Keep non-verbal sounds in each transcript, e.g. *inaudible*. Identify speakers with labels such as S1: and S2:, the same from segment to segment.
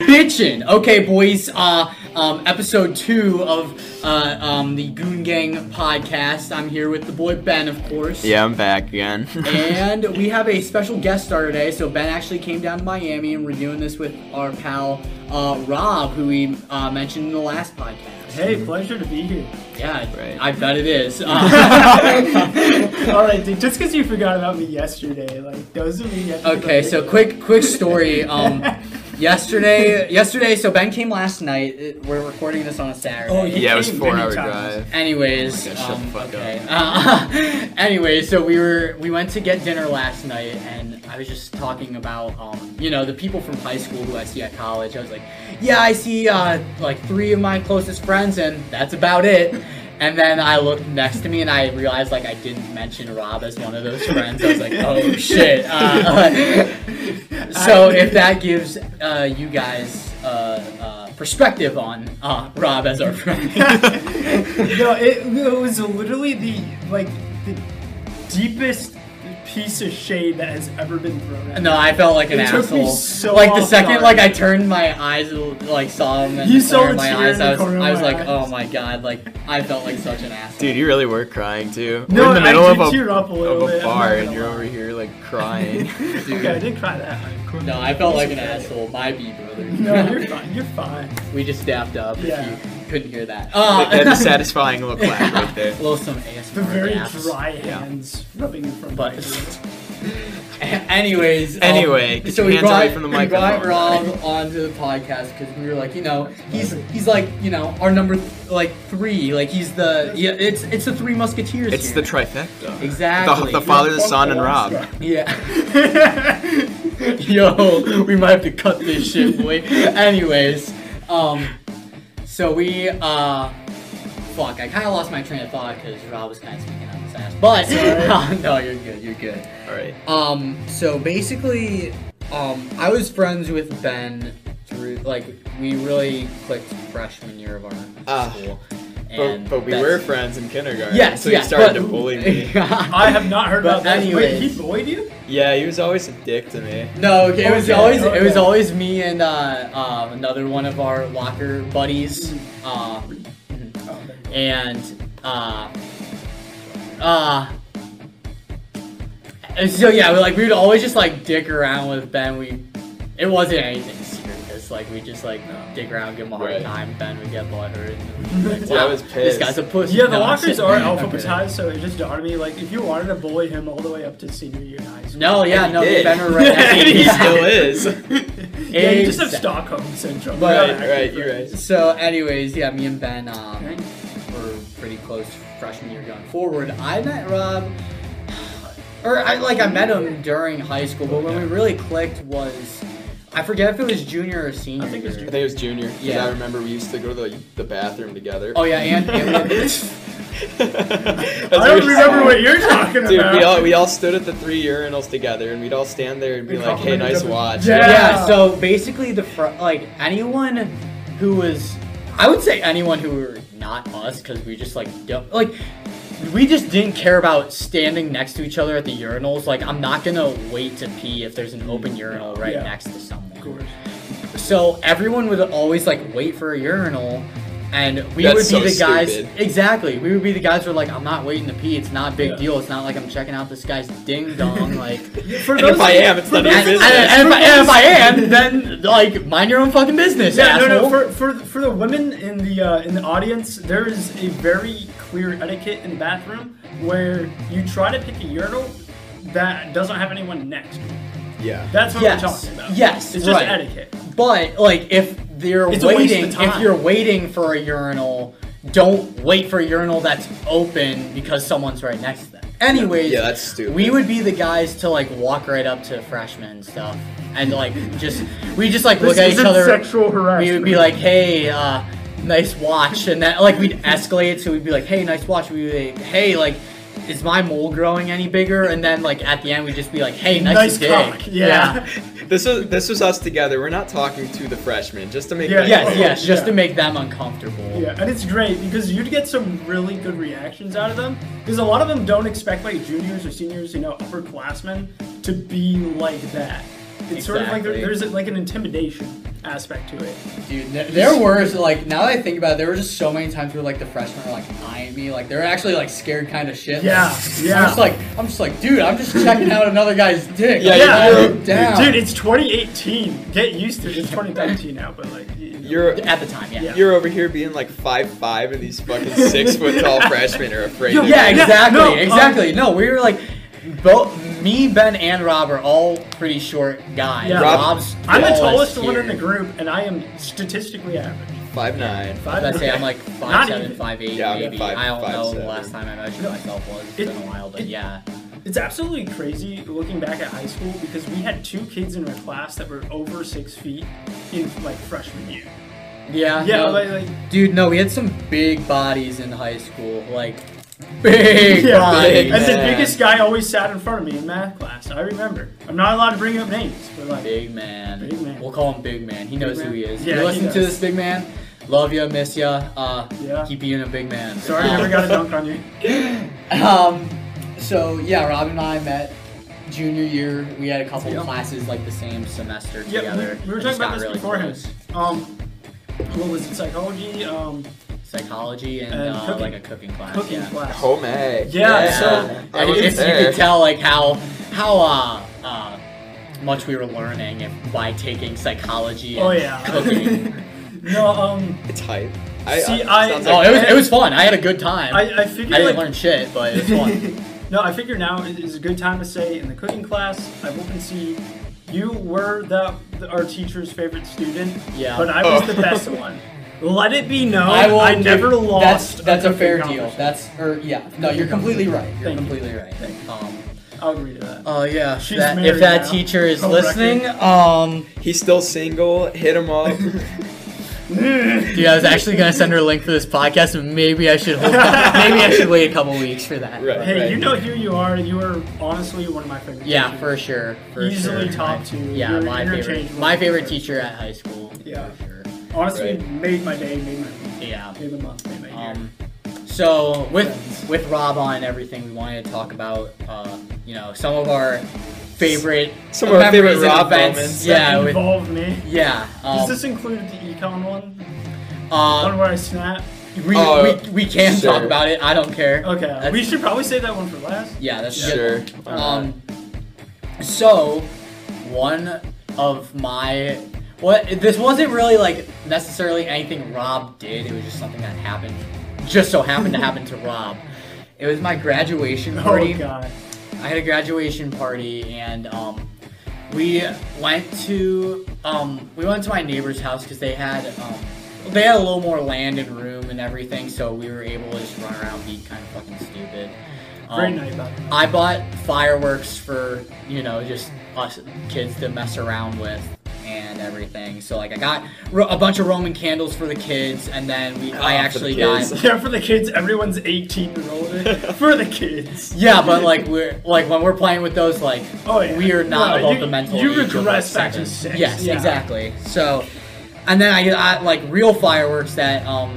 S1: bitching. Okay, boys. Uh, um, episode two of uh, um, the Goon Gang podcast. I'm here with the boy Ben, of course.
S2: Yeah, I'm back
S3: *laughs*
S2: again.
S1: And we have a special guest star today. So Ben actually came down to Miami, and we're doing this with our pal uh, Rob, who we uh, mentioned in the last podcast.
S3: Hey, pleasure to be here.
S1: Yeah,
S2: Right.
S1: I bet it is. Uh,
S2: *laughs*
S3: All right, Oh, dude. Just because you forgot about me yesterday, like doesn't mean you have to
S1: okay, so quick, quick story.
S2: *laughs*
S1: Um, yesterday, yesterday. So Ben came last night. It- We're recording this on a Saturday.
S3: Oh,
S2: yeah, it was
S3: Hey,
S2: four
S3: many
S2: hour
S3: times.
S2: drive.
S1: Anyways,
S2: Yeah,
S1: um,
S2: shut the fuck
S1: okay. Uh, *laughs* anyway, so we were we went to get dinner last night, and I was just talking about um, you know the people from high school who I see at college. I was like, yeah, I see uh, like three of my closest friends, and that's about
S2: *laughs*
S1: it. And then I looked next to me, and I realized like I didn't mention Rob as one of those friends. I was like,
S2: *laughs*
S1: oh shit. Uh, *laughs* so if that gives uh, you guys. Uh, uh, perspective on uh, Rob as our
S2: *laughs*
S1: friend.
S3: *laughs* no, it, it was literally the like the deepest piece of shade that has ever been thrown. At me.
S1: No, I felt like an
S3: It took me
S1: asshole.
S3: so
S1: like the
S3: off
S1: second,
S3: guard.
S1: like I turned my eyes, like saw him in
S3: You
S1: the
S3: saw
S1: corner of
S3: the
S1: my
S3: tear in
S1: eyes.
S3: the
S1: I was,
S3: corner of
S1: I was
S3: my
S1: like,
S3: eyes.
S1: oh my god, like I felt like such an asshole.
S2: Dude, you really were crying too.
S3: No,
S2: we're in the
S3: I
S2: middle
S3: did
S2: of
S3: tear
S2: a,
S3: up a little
S2: of
S3: bit, I'm
S2: bar
S3: not
S2: and
S3: gonna
S2: you're
S3: lie.
S2: over here like
S3: *laughs*
S2: crying.
S3: okay, I didn't cry that hard.
S1: *laughs* no, I felt like an asshole. My B brother.
S3: *laughs* No, you're fine. You're fine.
S1: *laughs* we just dapped up.
S3: Yeah.
S1: If you couldn't hear that.
S2: That-
S1: Uh, *laughs*
S3: *laughs*
S2: That's a satisfying look back right there.
S1: a little some ASMR.
S3: The very
S1: daps.
S3: dry
S2: Yeah.
S3: hands rubbing in front
S1: But-
S3: of me.
S1: *laughs* Anyways, um,
S2: Anyway, get
S1: so
S2: your
S1: we
S2: hands
S1: brought,
S2: away from the
S1: we brought
S2: microphone.
S1: Rob onto the podcast because we were like, you know, he's he's like, you know, our number th- like three, like he's the yeah, it's it's the three musketeers.
S2: It's
S1: here.
S2: the trifecta.
S1: Exactly.
S2: The, the father, the son, and Rob.
S1: yeah. *laughs* Yo, we might have to cut this shit, boy. Anyways, um, so we, uh, fuck, I kind of lost my train of thought because Rob was kind of speaking on his ass. But, *laughs* no, you're good, you're good.
S2: Alright.
S1: Um, so basically, um, I was friends with Ben through, like, we really clicked freshman year of our
S2: Ah.
S1: school.
S2: But, but we
S1: that's-
S2: were friends in kindergarten.
S1: Yes,
S2: so
S1: yes,
S2: you started
S1: but-
S2: to
S1: *laughs*
S2: bully
S3: *laughs*
S2: me.
S3: I have not heard
S1: But
S3: about that. Wait,
S1: anyways.
S3: he bullied you?
S2: yeah, he was always a dick to me.
S1: No, okay, it was
S3: Okay,
S1: always it was
S3: okay.
S1: always me and uh, um, another one of our locker buddies, uh,
S3: Oh,
S1: and uh, uh, and so yeah, we like we would always just like dick around with Ben. We it wasn't anything serious. Like we just like dick around, give him a hard
S2: Right.
S1: time. Ben would get butthurt.
S2: *laughs*
S1: And like,
S2: Yeah, I
S1: wow, *laughs*
S2: was
S1: This
S2: pissed.
S1: guy's a pussy.
S3: Yeah, the
S1: No, I'm
S3: lockers
S1: kidding.
S3: are
S1: Okay.
S3: alphabetized, so it just dawned on me like if you wanted to bully him all the way up to senior year in high school.
S1: No, yeah,
S2: And he
S1: no, me and
S2: did. *laughs*
S1: Ben were right next to
S3: And
S1: each
S3: *laughs*
S2: He
S3: Yeah.
S2: still is.
S3: yeah, you just have
S1: Exact-
S3: Stockholm syndrome.
S1: But-
S3: You're
S2: right,
S3: not actually
S2: right, you're
S3: friends.
S2: right.
S1: So, anyways, yeah, me and Ben um, were pretty close freshman year going forward. I met Rob, or I like I met him during high school, but when we really clicked was I forget if it was junior or senior.
S3: I think it was
S1: year.
S2: I think it was junior. 'cause
S1: Yeah.
S2: I remember we used to go to the, the bathroom together.
S1: Oh yeah, and, and we-
S3: I don't remember what
S1: *laughs*
S3: you're talking
S2: Dude,
S3: about.
S2: we all we all stood at the three urinals together, and we'd all stand there and be
S3: We
S2: like, "Hey,
S3: complimented
S2: nice
S3: them.
S2: watch."
S3: Yeah.
S1: yeah. So basically, the fr- like anyone who was, I would say anyone who were not us, because we just like don't like. We just didn't care about standing next to each other at the urinals. Like, I'm not gonna wait to pee if there's an open urinal right
S3: Yeah.
S1: next to someone.
S3: Of course.
S1: So everyone would always like wait for a urinal, and we
S2: That's
S1: would be
S2: so
S1: the guys.
S2: stupid.
S1: Exactly, we would be the guys who are like, I'm not waiting to pee. It's not a big
S3: Yeah.
S1: deal. It's not like I'm checking out this guy's ding
S3: *laughs*
S1: dong. Like,
S3: For
S2: And if I am, it's
S3: for
S2: none of your
S1: and, and-
S2: business.
S1: and if I, and if I am, then like mind your own fucking business,
S3: Yeah, no,
S1: asshole.
S3: no. For, for for the women in the uh, in the audience, there is a very clear etiquette in the bathroom where you try to pick a urinal that doesn't have anyone next. to you.
S2: Yeah.
S3: That's what
S1: Yes,
S3: we're talking about.
S1: yes,
S3: it's just
S1: right.
S3: etiquette.
S1: but like, if you're
S3: It's a waste of
S1: waiting, if
S3: time.
S1: you're waiting for a urinal, don't wait for a urinal that's open because someone's right next to them. Anyways,
S2: Yeah, that's stupid.
S1: We would be the guys to like walk right up to freshmen and stuff, and like just we just like look
S3: This
S1: at each
S3: isn't
S1: other.
S3: sexual harassment.
S1: We would be like, hey, uh, nice watch, and that like we'd escalate. So we'd be like, hey, nice watch. We'd be like, hey, like. Is my mole growing any bigger? And then, like at the end, we'd just be like, "Hey, nice,
S3: Nice
S1: dig."
S3: cock, yeah.
S2: This was this was us together. We're not talking to the freshmen, just to make
S3: Yeah.
S2: that
S1: Yes,
S2: clear.
S1: yes, just
S3: Yeah.
S1: to make them uncomfortable.
S3: *laughs* Yeah, and it's great because you'd get some really good reactions out of them because a lot of them don't expect like juniors or seniors, you know, upperclassmen to be like that. It's sort of like there,
S1: Exactly.
S3: there's like an intimidation. aspect to it.
S1: Dude, there, there were like now that I think about it, there were just so many times where like the freshmen were like eyeing me, like they're actually like scared kind of shit.
S3: Yeah,
S1: I'm
S3: yeah.
S1: just like I'm just like, dude, I'm just checking out another guy's dick.
S2: Yeah,
S1: I'm
S2: yeah,
S1: eyeing
S2: dude.
S1: him down.
S3: Dude, it's 2018. Get used to it. It's 2013 now, but like you know.
S2: You're
S1: at the time, yeah.
S2: you're over here being like five five, and these fucking six foot
S3: *laughs*
S2: tall freshmen are afraid. of
S1: Yeah,
S2: you.
S3: Yeah,
S1: exactly,
S3: no, um,
S1: exactly. no, we were like, both me, Ben, and Rob are all pretty short guys.
S3: Yeah.
S2: Rob-
S1: Rob's
S3: I'm the
S1: tallest
S3: tallest one in
S1: here.
S3: the group, and I am statistically average.
S2: five nine.
S3: Five.
S1: I'd say I'm like
S3: Not
S1: five seven,
S3: even.
S1: five eight,
S2: Yeah, I'm
S1: maybe.
S2: five-
S1: I don't
S2: five
S1: know the
S2: seven.
S1: last time I measured
S3: No.
S1: myself was. It's
S3: It-
S1: been a while, but
S3: it-
S1: yeah.
S3: It's absolutely crazy looking back at high school because we had two kids in our class that were over six feet in like freshman year.
S1: Yeah.
S3: Yeah,
S1: no.
S3: like, like
S1: Dude, no, we had some big bodies in high school. Like, big
S3: *laughs* yeah,
S1: bodies.
S3: and the
S1: man.
S3: biggest guy always sat in front of me in math class. I remember. I'm not allowed to bring up names, but like
S1: Big man.
S3: Big man.
S1: We'll call him Big Man. He knows
S3: man.
S1: who he is.
S3: Yeah,
S1: you
S3: he
S1: listen to
S3: does.
S1: this, Big Man. Love you, miss you. Uh,
S3: Yeah.
S1: Keep being a big man.
S3: sorry, I
S1: Um,
S3: never got a dunk on
S1: *laughs*
S3: you.
S1: Um, so yeah, Rob and I met junior year. We had a couple
S3: Yeah.
S1: classes like the same semester
S3: Yeah,
S1: together.
S3: we, we were
S1: It
S3: talking
S1: just
S3: about
S1: got
S3: this
S1: really
S3: beforehand.
S1: close.
S3: Um, what was it? Psychology. Um,
S1: Psychology and,
S3: And
S1: uh,
S3: cooking.
S1: like a cooking class.
S3: cooking
S1: yeah.
S3: class.
S2: Home egg.
S3: Yeah,
S1: Yeah.
S3: so-
S2: I
S1: And
S2: was
S1: it's- you
S2: there.
S1: could tell like how how uh, uh, much we were learning if, by taking psychology. And
S3: Oh yeah.
S1: Cooking.
S3: *laughs* no, um,
S2: It's hype. I,
S3: See,
S2: I,
S3: I-
S2: sounds
S1: oh,
S2: like-
S1: it was it was fun. I had a good time. I,
S3: I I figured
S1: didn't
S3: like
S1: learn shit, but it was
S3: *laughs*
S1: fun.
S3: no, I figure now is is a good time to say in the cooking class. I will concede you were the, the- our teacher's favorite student.
S1: Yeah.
S3: But I was
S2: Oh.
S3: the
S1: *laughs*
S3: best one. Let it be known
S1: I will.
S3: I
S1: give-
S3: never
S1: That's,
S3: lost.
S1: that's a
S3: cooking
S1: fair deal.
S3: competition.
S1: That's or yeah. No, you're completely right. You're
S3: Thank you.
S1: completely right.
S3: Thank
S1: Um,
S3: I'll agree to that.
S1: oh yeah.
S3: She's
S1: that- if
S3: married
S1: that
S3: now.
S1: teacher is
S3: Oh,
S1: listening,
S3: record.
S1: um,
S2: He's still single. Hit him
S3: *laughs*
S2: up.
S1: dude, I was actually gonna send her a link for this podcast, and maybe I should
S3: *laughs*
S1: hold maybe I should wait a couple weeks for that.
S2: Right.
S3: hey, you know who you are. You are honestly one of my favorite.
S1: Yeah,
S3: teachers.
S1: for sure. For
S3: Easily
S1: sure.
S3: top two.
S1: Yeah,
S3: You're
S1: my favorite.
S3: interchangeable.
S1: My favorite teacher at high school.
S3: Yeah.
S1: For sure.
S3: Honestly,
S2: Right.
S3: made my day, made my week,
S1: Yeah.
S3: made my month, made my year.
S1: Um, so with with Rob on and everything, we wanted to talk about uh, you know some of our favorite
S2: Some of our
S1: memories
S2: favorite
S1: and
S2: Rob
S1: events.
S2: moments.
S1: Yeah,
S3: that
S1: with,
S3: involved me.
S1: yeah.
S3: Does
S1: Um,
S3: this include the econ one? one
S1: uh,
S3: where I snap?
S1: we,
S2: Oh,
S1: we, we can
S2: sure.
S1: talk about it. I don't care.
S3: Okay,
S1: That's-
S3: we should probably save that one for last.
S1: yeah, that's good.
S2: sure. Why not?
S1: Um, so one of my what this wasn't really like necessarily anything Rob did. It was just something that happened, just so happened to happen to Rob. It was my graduation party.
S3: Oh god.
S1: I had a graduation party and um, we went to um, we went to my neighbor's house because they had um, they had a little more land and room and everything, so we were able to just run around and be kind of fucking stupid. Um,
S3: Very nice about it.
S1: I bought fireworks for you know just us kids to mess around with and everything. So like I got ro- a bunch of Roman candles for the kids, and then we I
S2: Ah, for
S1: actually
S2: the
S1: got
S2: kids. *laughs*
S3: *laughs* Yeah, for the kids, everyone's 18 years older. For the
S1: *laughs*
S3: kids.
S1: Yeah, but like we're like when we're playing with those, like
S3: Oh, yeah.
S1: we are not
S3: Right,
S1: above
S3: you-
S1: the mental.
S3: you
S1: age of, like,
S3: regress back to
S1: seven.
S3: six,
S1: Yes,
S3: yeah.
S1: exactly. So, and then I got like real fireworks that um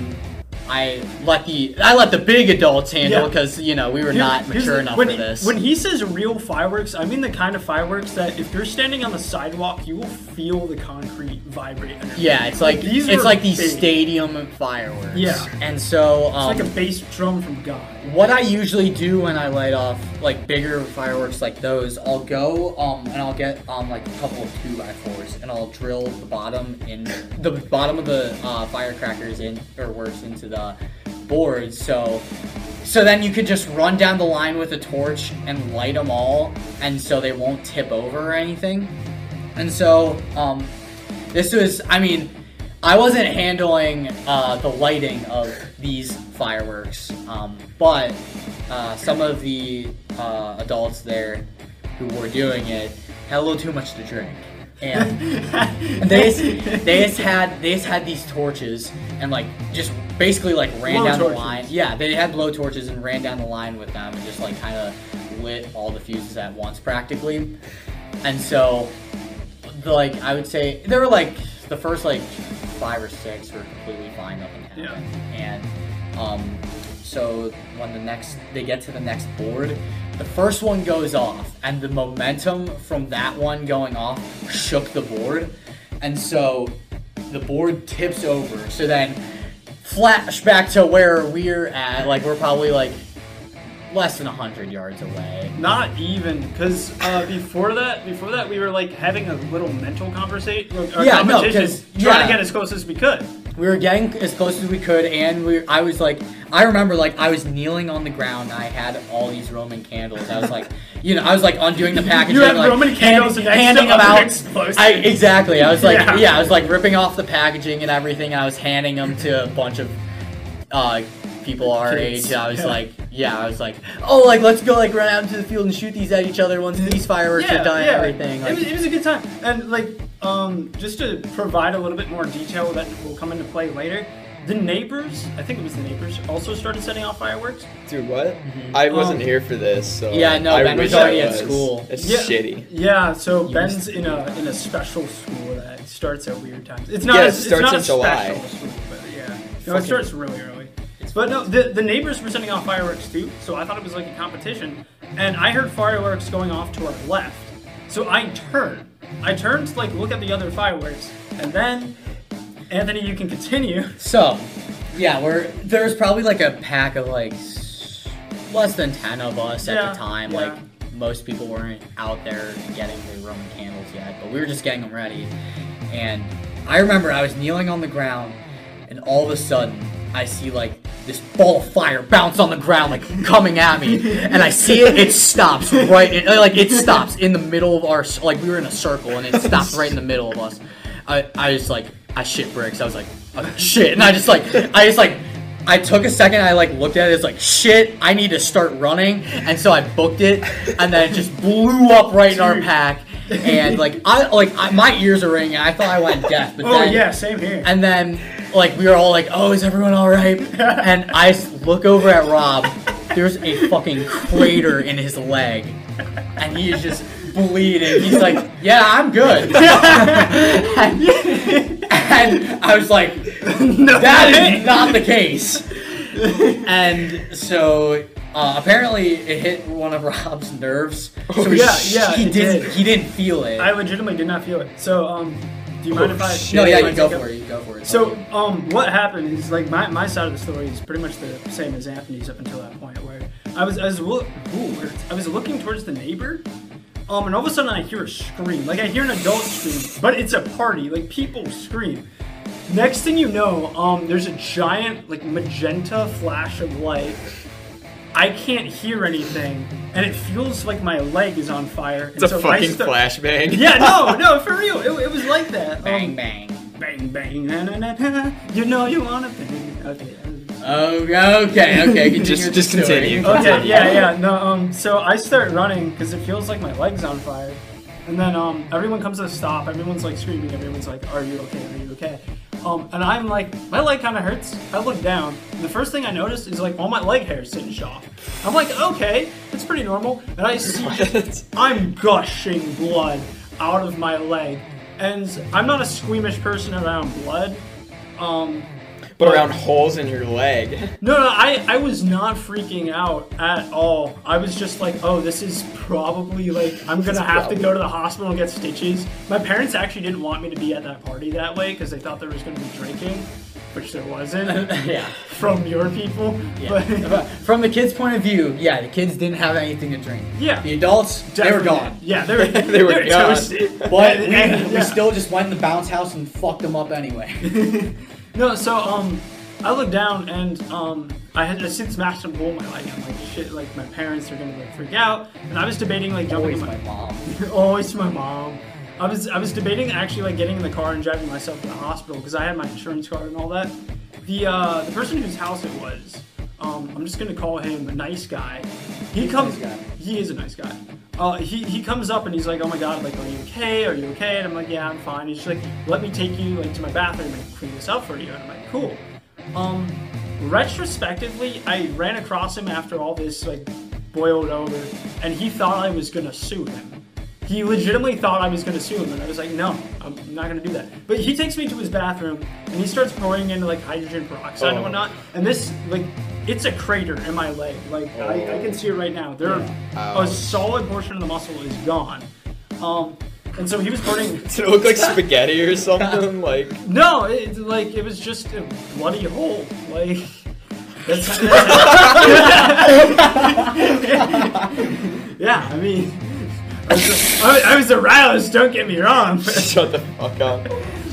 S1: I let the I let the big adults handle
S3: Yeah.
S1: because you know we were
S3: Here-
S1: not
S3: here's
S1: mature
S3: the-
S1: enough
S3: when,
S1: for this.
S3: When he says real fireworks, I mean the kind of fireworks that if you're standing on the sidewalk, you will feel the concrete vibrate. Underneath.
S1: yeah, it's like
S3: These
S1: it's
S3: were
S1: like these
S3: big.
S1: stadium fireworks.
S3: Yeah.
S1: and so
S3: It's
S1: um,
S3: like a bass drum from God.
S1: What I usually do when I light off like bigger fireworks like those, I'll go um and I'll get um like a couple of two by fours and I'll drill the bottom in the bottom of the uh, firecrackers in or worse into the board. So so then you could just run down the line with a torch and light them all, and so they won't tip over or anything. And so um this was I mean. I wasn't handling uh, the lighting of these fireworks, um, but uh, some of the uh, adults there who were doing it had a little too much to drink, and *laughs*
S3: *laughs*
S1: they just, they just had they just had these torches and like just basically like ran
S3: Blow
S1: down the
S3: torches.
S1: line. Yeah, they had blow torches and ran down the line with them and just like kind of lit all the fuses at once practically, and so the, like I would say there were like the first like five or six were completely fine, nothing happened.
S3: Yeah.
S1: And um, so when the next they get to the next board, the first one goes off, and the momentum from that one going off shook the board, and so the board tips over. So then, flashback to where we're at. Like we're probably like less than hundred yards away.
S3: Not even, because uh, before that, before that, we were like having a little mental conversation, or
S1: Yeah, no,
S3: competition,
S1: 'cause-
S3: trying
S1: yeah.
S3: to get as close as we could.
S1: We were getting as close as we could, and we. I was like, I remember like I was kneeling on the ground. And I had all these Roman candles. I was like, you know, I was like undoing the packaging.
S3: You have
S1: like,
S3: Roman candles
S1: hand-
S3: next to
S1: handing them
S3: other
S1: out.
S3: explosives.
S1: I, exactly. I was like, yeah.
S3: Yeah.
S1: I was like ripping off the packaging and everything. And I was handing them to a bunch of uh, people our
S3: Kids.
S1: age. I was
S3: Yeah.
S1: like, yeah, I was like, oh, like let's go like run out into the field and shoot these at each other once these fireworks are done. and everything.
S3: it,
S1: Like,
S3: was, it was a good time. And like, um, just to provide a little bit more detail that will come into play later, the neighbors, I think it was the neighbors, also started setting off fireworks.
S2: Dude, what? I wasn't
S3: Um,
S2: here for this, so
S1: Yeah, no,
S2: I
S1: Ben was
S2: wish I
S1: already at
S2: was.
S1: school.
S2: It's
S3: Yeah.
S2: shitty.
S3: Yeah, so
S1: You
S3: Ben's
S1: missed-
S3: in a in a special school that starts at weird times. It's not
S2: Yeah, it
S3: a, it's
S2: starts
S3: not
S2: in
S3: a
S2: July.
S3: special school, but yeah, no, it
S1: Fucking-
S3: starts really early. But no, the, the neighbors were sending off fireworks too, so I thought it was like a competition. And I heard fireworks going off to our left, so I turned. I turned to like look at the other fireworks, and then Anthony, you can continue.
S1: So, yeah, we're there's probably like a pack of like s- less than ten of us at
S3: Yeah,
S1: the time.
S3: yeah.
S1: Like most people weren't out there getting the Roman candles yet, but we were just getting them ready. And I remember I was kneeling on the ground, and all of a sudden I see like this ball of fire bounce on the ground, like coming at me, and I see it. It stops right, it, like it stops in the middle of our s- like we were in a circle, and it stopped right in the middle of us. I I just like I shit bricks. I was like oh, shit, and I just like I just like I took a second. I like looked at it. It's like shit. I need to start running, and so I booked it, and then it just blew up right in our
S3: Dude.
S1: pack. And like I like I, my ears are ringing. I thought I went deaf, but
S3: Oh
S1: then
S3: yeah, same here.
S1: and then, like, we were all like, oh, is everyone
S3: *laughs*
S1: alright? And I s- look over at Rob. There's a fucking crater in his leg. And he is just bleeding. He's like, yeah, I'm
S3: *laughs*
S1: good. and, and I was like, that is not the case. And so. Uh, apparently, it hit one of Rob's nerves. So he,
S3: Oh, yeah, yeah,
S1: he
S3: it
S1: didn't.
S3: did.
S1: He didn't feel it.
S3: I legitimately did not feel it. So um, do you mind if I?
S1: Oh, no, yeah, you
S3: if I
S1: go
S3: take
S1: for
S3: up-
S1: it. You go for it.
S3: So, um, what happened is like my, my side of the story is pretty much the same as Anthony's up until that point, where I was I was look ooh, words. I was looking towards the neighbor, um, and all of a sudden I hear a scream, like I hear an adult scream, but it's a party, like people scream. Next thing you know, um, there's a giant like magenta flash of light. I can't hear anything, and it feels like my leg is on fire.
S2: It's a fucking flashbang.
S3: Yeah, no, no, for real, it, it was like that. Um,
S1: bang bang.
S3: Bang bang na na na na. You know you wanna bang. Okay.
S1: Oh, okay, okay.
S2: *laughs*
S1: Continue
S2: Just-
S1: with
S2: just
S1: the story.
S2: continue.
S3: Okay. *laughs* Yeah. Yeah. No. Um. So I start running because it feels like my legs on fire, and then um everyone comes to a stop. Everyone's like screaming. Everyone's like, "Are you okay? Are you okay?" Um. And I'm like, my leg kind of hurts. I look down. And the first thing I notice is like all my leg hair singed off. I'm like, okay, that's pretty normal. And I
S2: *laughs*
S3: see
S2: What?
S3: I'm gushing blood out of my leg, and I'm not a squeamish person around blood. Um,
S2: But around holes in your leg. *laughs*
S3: no, no, I, I was not freaking out at all. I was just like, oh, this is probably like, I'm gonna have to go to the hospital and get stitches. My parents actually didn't want me to be at that party that way because they thought there was gonna be drinking, which there wasn't
S1: *laughs* yeah.
S3: from your people.
S1: yeah.
S3: But *laughs*
S1: But From the kids' point of view, yeah, the kids didn't have anything to drink.
S3: Yeah.
S1: The adults, *laughs* they were
S3: Definitely.
S1: gone.
S3: Yeah, *laughs* they were,
S2: They were gone.
S3: toasted. *laughs*
S1: But we,
S3: And-
S1: we
S3: yeah.
S1: still just went in the bounce house and fucked them up
S3: *laughs*
S1: anyway.
S3: No, so um, I look down and um, I had I since smashed a bowl in my leg. I'm like, shit, like my parents are gonna like freak out. And I was debating like jumping
S1: Always
S3: in my
S1: my mom.
S3: *laughs* always Oh, my mom. I was I was debating actually like getting in the car and driving myself to the hospital because I had my insurance card and all that. The uh, the person whose house it was, um, I'm just gonna call him a nice guy. He comes.
S1: nice guy.
S3: He is a nice guy. Uh, he, he comes up and he's like, oh my god, like, are you okay? Are you okay? And I'm like, yeah, I'm fine. He's just like, let me take you like to my bathroom and clean this up for you. And I'm like, cool. Um, retrospectively, I ran across him after all this like boiled over, and he thought I was gonna sue him. He legitimately thought I was gonna sue him, and I was like, no, I'm not gonna do that. But he takes me to his bathroom, and he starts pouring into like hydrogen peroxide
S2: Oh.
S3: and whatnot. And this like, it's a crater in my leg. Like I, I can see it right now. There,
S2: Yeah.
S3: a
S2: Ouch.
S3: solid portion of the muscle is gone. Um, And so he was burning.
S2: Did it look like spaghetti or something?
S3: *laughs*
S2: Like
S3: No, it, like it was just a bloody hole. Like that's, *laughs* that's- yeah. I mean, I was, I was- I was aroused. Don't get me wrong. but-
S2: shut the fuck up.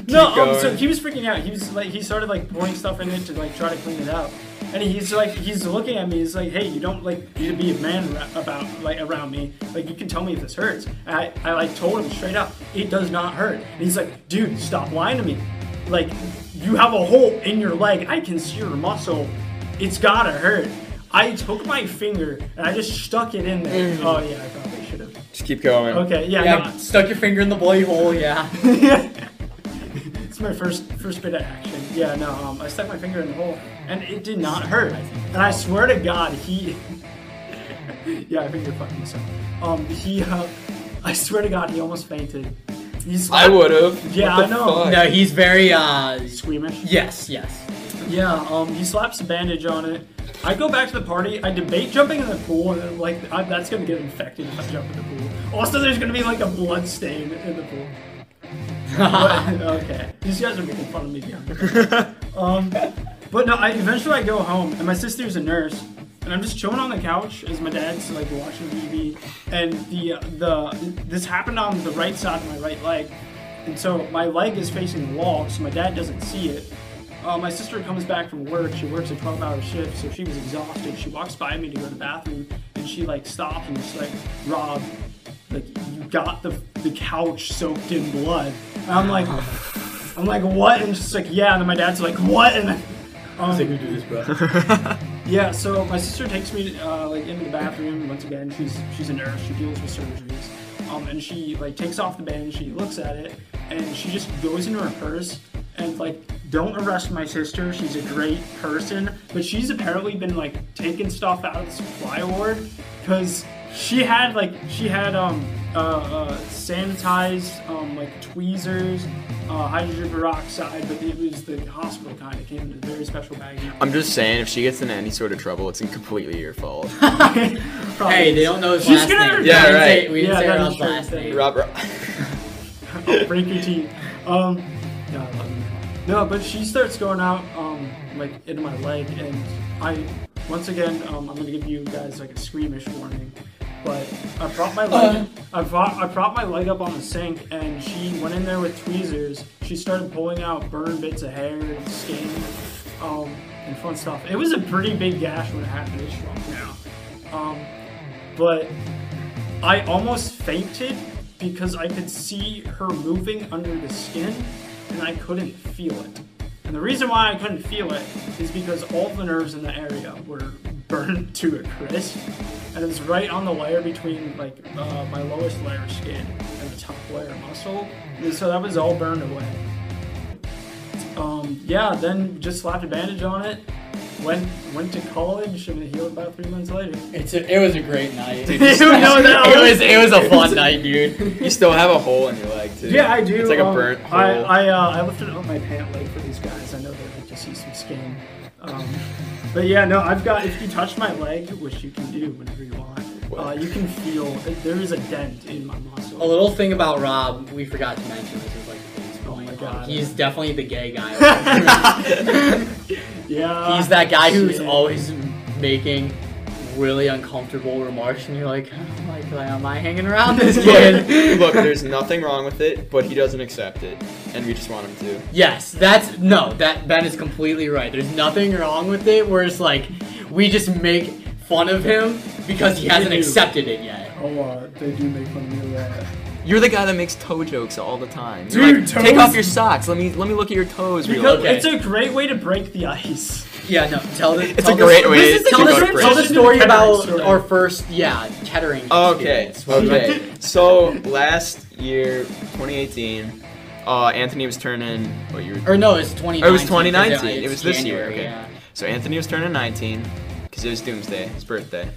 S3: no,
S2: Keep
S3: um, so
S2: going.
S3: he was freaking out. He was like, he started like pouring stuff in it to like try to clean it up. And he's like, he's looking at me. He's like, hey, you don't like need to be a man ra- about like around me. Like you can tell me if this hurts. And I, I like told him straight up, it does not hurt. And he's like, dude, stop lying to me. Like you have a hole in your leg. I can see your muscle. It's gotta hurt. I took my finger and I just stuck it in there.
S2: Mm.
S3: Oh yeah, I probably should have.
S2: Just keep going.
S3: Okay, yeah,
S1: Yeah,
S3: no,
S1: stuck your finger in the bloody hole.
S3: *laughs*
S1: Yeah.
S3: it's my first first bit of action. Yeah, no, um, I stuck my finger in the hole, and it did not hurt. And I swear to God, he. *laughs* yeah, I think you're fucking this up. Um, he. Uh, I swear to God, he almost fainted. He's.
S2: I would have.
S3: Yeah, I know.
S1: No, he's very. uh
S3: Squeamish.
S1: Yes, yes.
S3: Yeah, um, he slaps a bandage on it. I go back to the party. I debate jumping in the pool, and I'm like, I, that's gonna get infected if I jump in the pool. Also, there's gonna be like a blood stain in
S2: *laughs*
S3: the pool. *laughs* But, okay, these guys are making fun of me. here. um, but no, I eventually I go home, and my sister's a nurse, and I'm just chilling on the couch as my dad's like watching TV, and the the this happened on the right side of my right leg, and so my leg is facing the wall, so my dad doesn't see it. Uh, my sister comes back from work. She works a 12-hour shift, so she was exhausted. She walks by me to go to the bathroom, and she like stops and she's like, "Rob, like you got the the couch soaked in blood." And I'm like, I'm like, "What?" And she's like, "Yeah." And then my dad's like, "What?" And then- um,
S1: Who do this, bro?
S3: *laughs* yeah, so my sister takes me uh, like into the bathroom once again. She's she's a nurse. She deals with surgeries, um, and she like takes off the bandage. She looks at it, and she just goes into her purse and like, don't arrest my sister. She's a great person, but she's apparently been like taking stuff out of the supply ward because she had like she had um uh, uh sanitized um like tweezers. Uh, hydrogen peroxide, but it was the hospital kind. It came in a very special bag.
S2: I'm just saying, if she gets in any sort of trouble, it's completely your fault.
S3: *laughs* Probably.
S1: *laughs* Hey, they don't know his
S3: She's
S1: last
S3: gonna-
S1: name.
S2: Yeah,
S1: we
S2: right.
S1: Didn't say, we didn't
S3: Yeah,
S1: say
S3: that
S1: Rob's
S3: is true.
S1: last name.
S2: *laughs* Rob,
S3: *laughs*
S2: Rob-
S3: break your teeth. Um, no, I love you, man. no, but she starts going out, um, like into my leg, and I, once again, um, I'm gonna give you guys like a squeamish warning. But I propped my leg, I prop, I propped my leg up on the sink, and she went in there with tweezers. She started pulling out burned bits of hair, and skin, um, and fun stuff. It was a pretty big gash when it happened. It's shrunk now. Um, but I almost fainted because I could see her moving under the skin and I couldn't feel it. And the reason why I couldn't feel it is because all the nerves in the area were *laughs* burned to a crisp. And it was right on the layer between like uh, my lowest layer of skin and the top layer of muscle. And so that was all burned away. Um, yeah, then just slapped a bandage on it. Went went to college and it healed about three months later.
S1: It's a, it was a great night.
S3: *laughs*
S2: Dude,
S3: you know Oh, that
S1: it
S2: *laughs*
S3: was-
S1: was it was a
S3: *laughs*
S1: fun night, dude.
S2: you still have a hole in your leg too.
S3: Yeah, I do.
S2: It's like a
S3: um,
S2: burnt hole.
S3: I I, uh, I lifted up my pant leg for these guys. I know they like to see some skin. Um, but yeah, no, I've got. If you touch my leg, which you can do whenever you want, uh, you can feel there is a dent in my muscle.
S1: A little thing about Rob we forgot to mention. This is like the biggest point.
S3: my God.
S1: He's definitely the gay guy. *laughs*
S3: yeah.
S1: He's that guy who's
S3: shit.
S1: always making really uncomfortable remarks, and you're like, *laughs* oh, like, like, am I hanging around *laughs* this
S2: Look,
S1: kid?
S2: *laughs* look, there's nothing wrong with it, but he doesn't accept it, and we just want him to.
S1: Yes, that's no. That Ben is completely right. There's nothing wrong with it. Where it's like we just make fun of him because he hasn't
S3: do.
S1: accepted it yet.
S3: Oh, uh, they do make fun of me a lot.
S4: You're the guy that makes toe jokes all the time.
S3: You're Dude, like, toes- "Take off your
S4: socks. Let me let me look at your toes.
S3: Because
S1: Okay.
S3: it's a great way to break the ice.
S1: Yeah, no. Tell the.
S4: It's
S1: tell
S4: a
S1: the-
S4: great way
S1: this is-
S4: to
S1: tell,
S4: go
S1: the,
S4: to
S1: tell the
S3: prison.
S1: story about
S3: Kettering story.
S1: our first, yeah, Kettering.
S2: *laughs* Okay.
S1: experience.
S2: Okay. so last year, 2018, uh, Anthony was turning. What you? Were,
S1: Or no, it's 2019.
S3: Oh,
S4: Or it was
S1: 'cause,
S4: 2019.
S1: yeah,
S4: It was
S1: it's
S4: this year,
S1: January,
S4: okay.
S1: yeah.
S2: so Anthony was turning 19, because it was Doomsday, his birthday,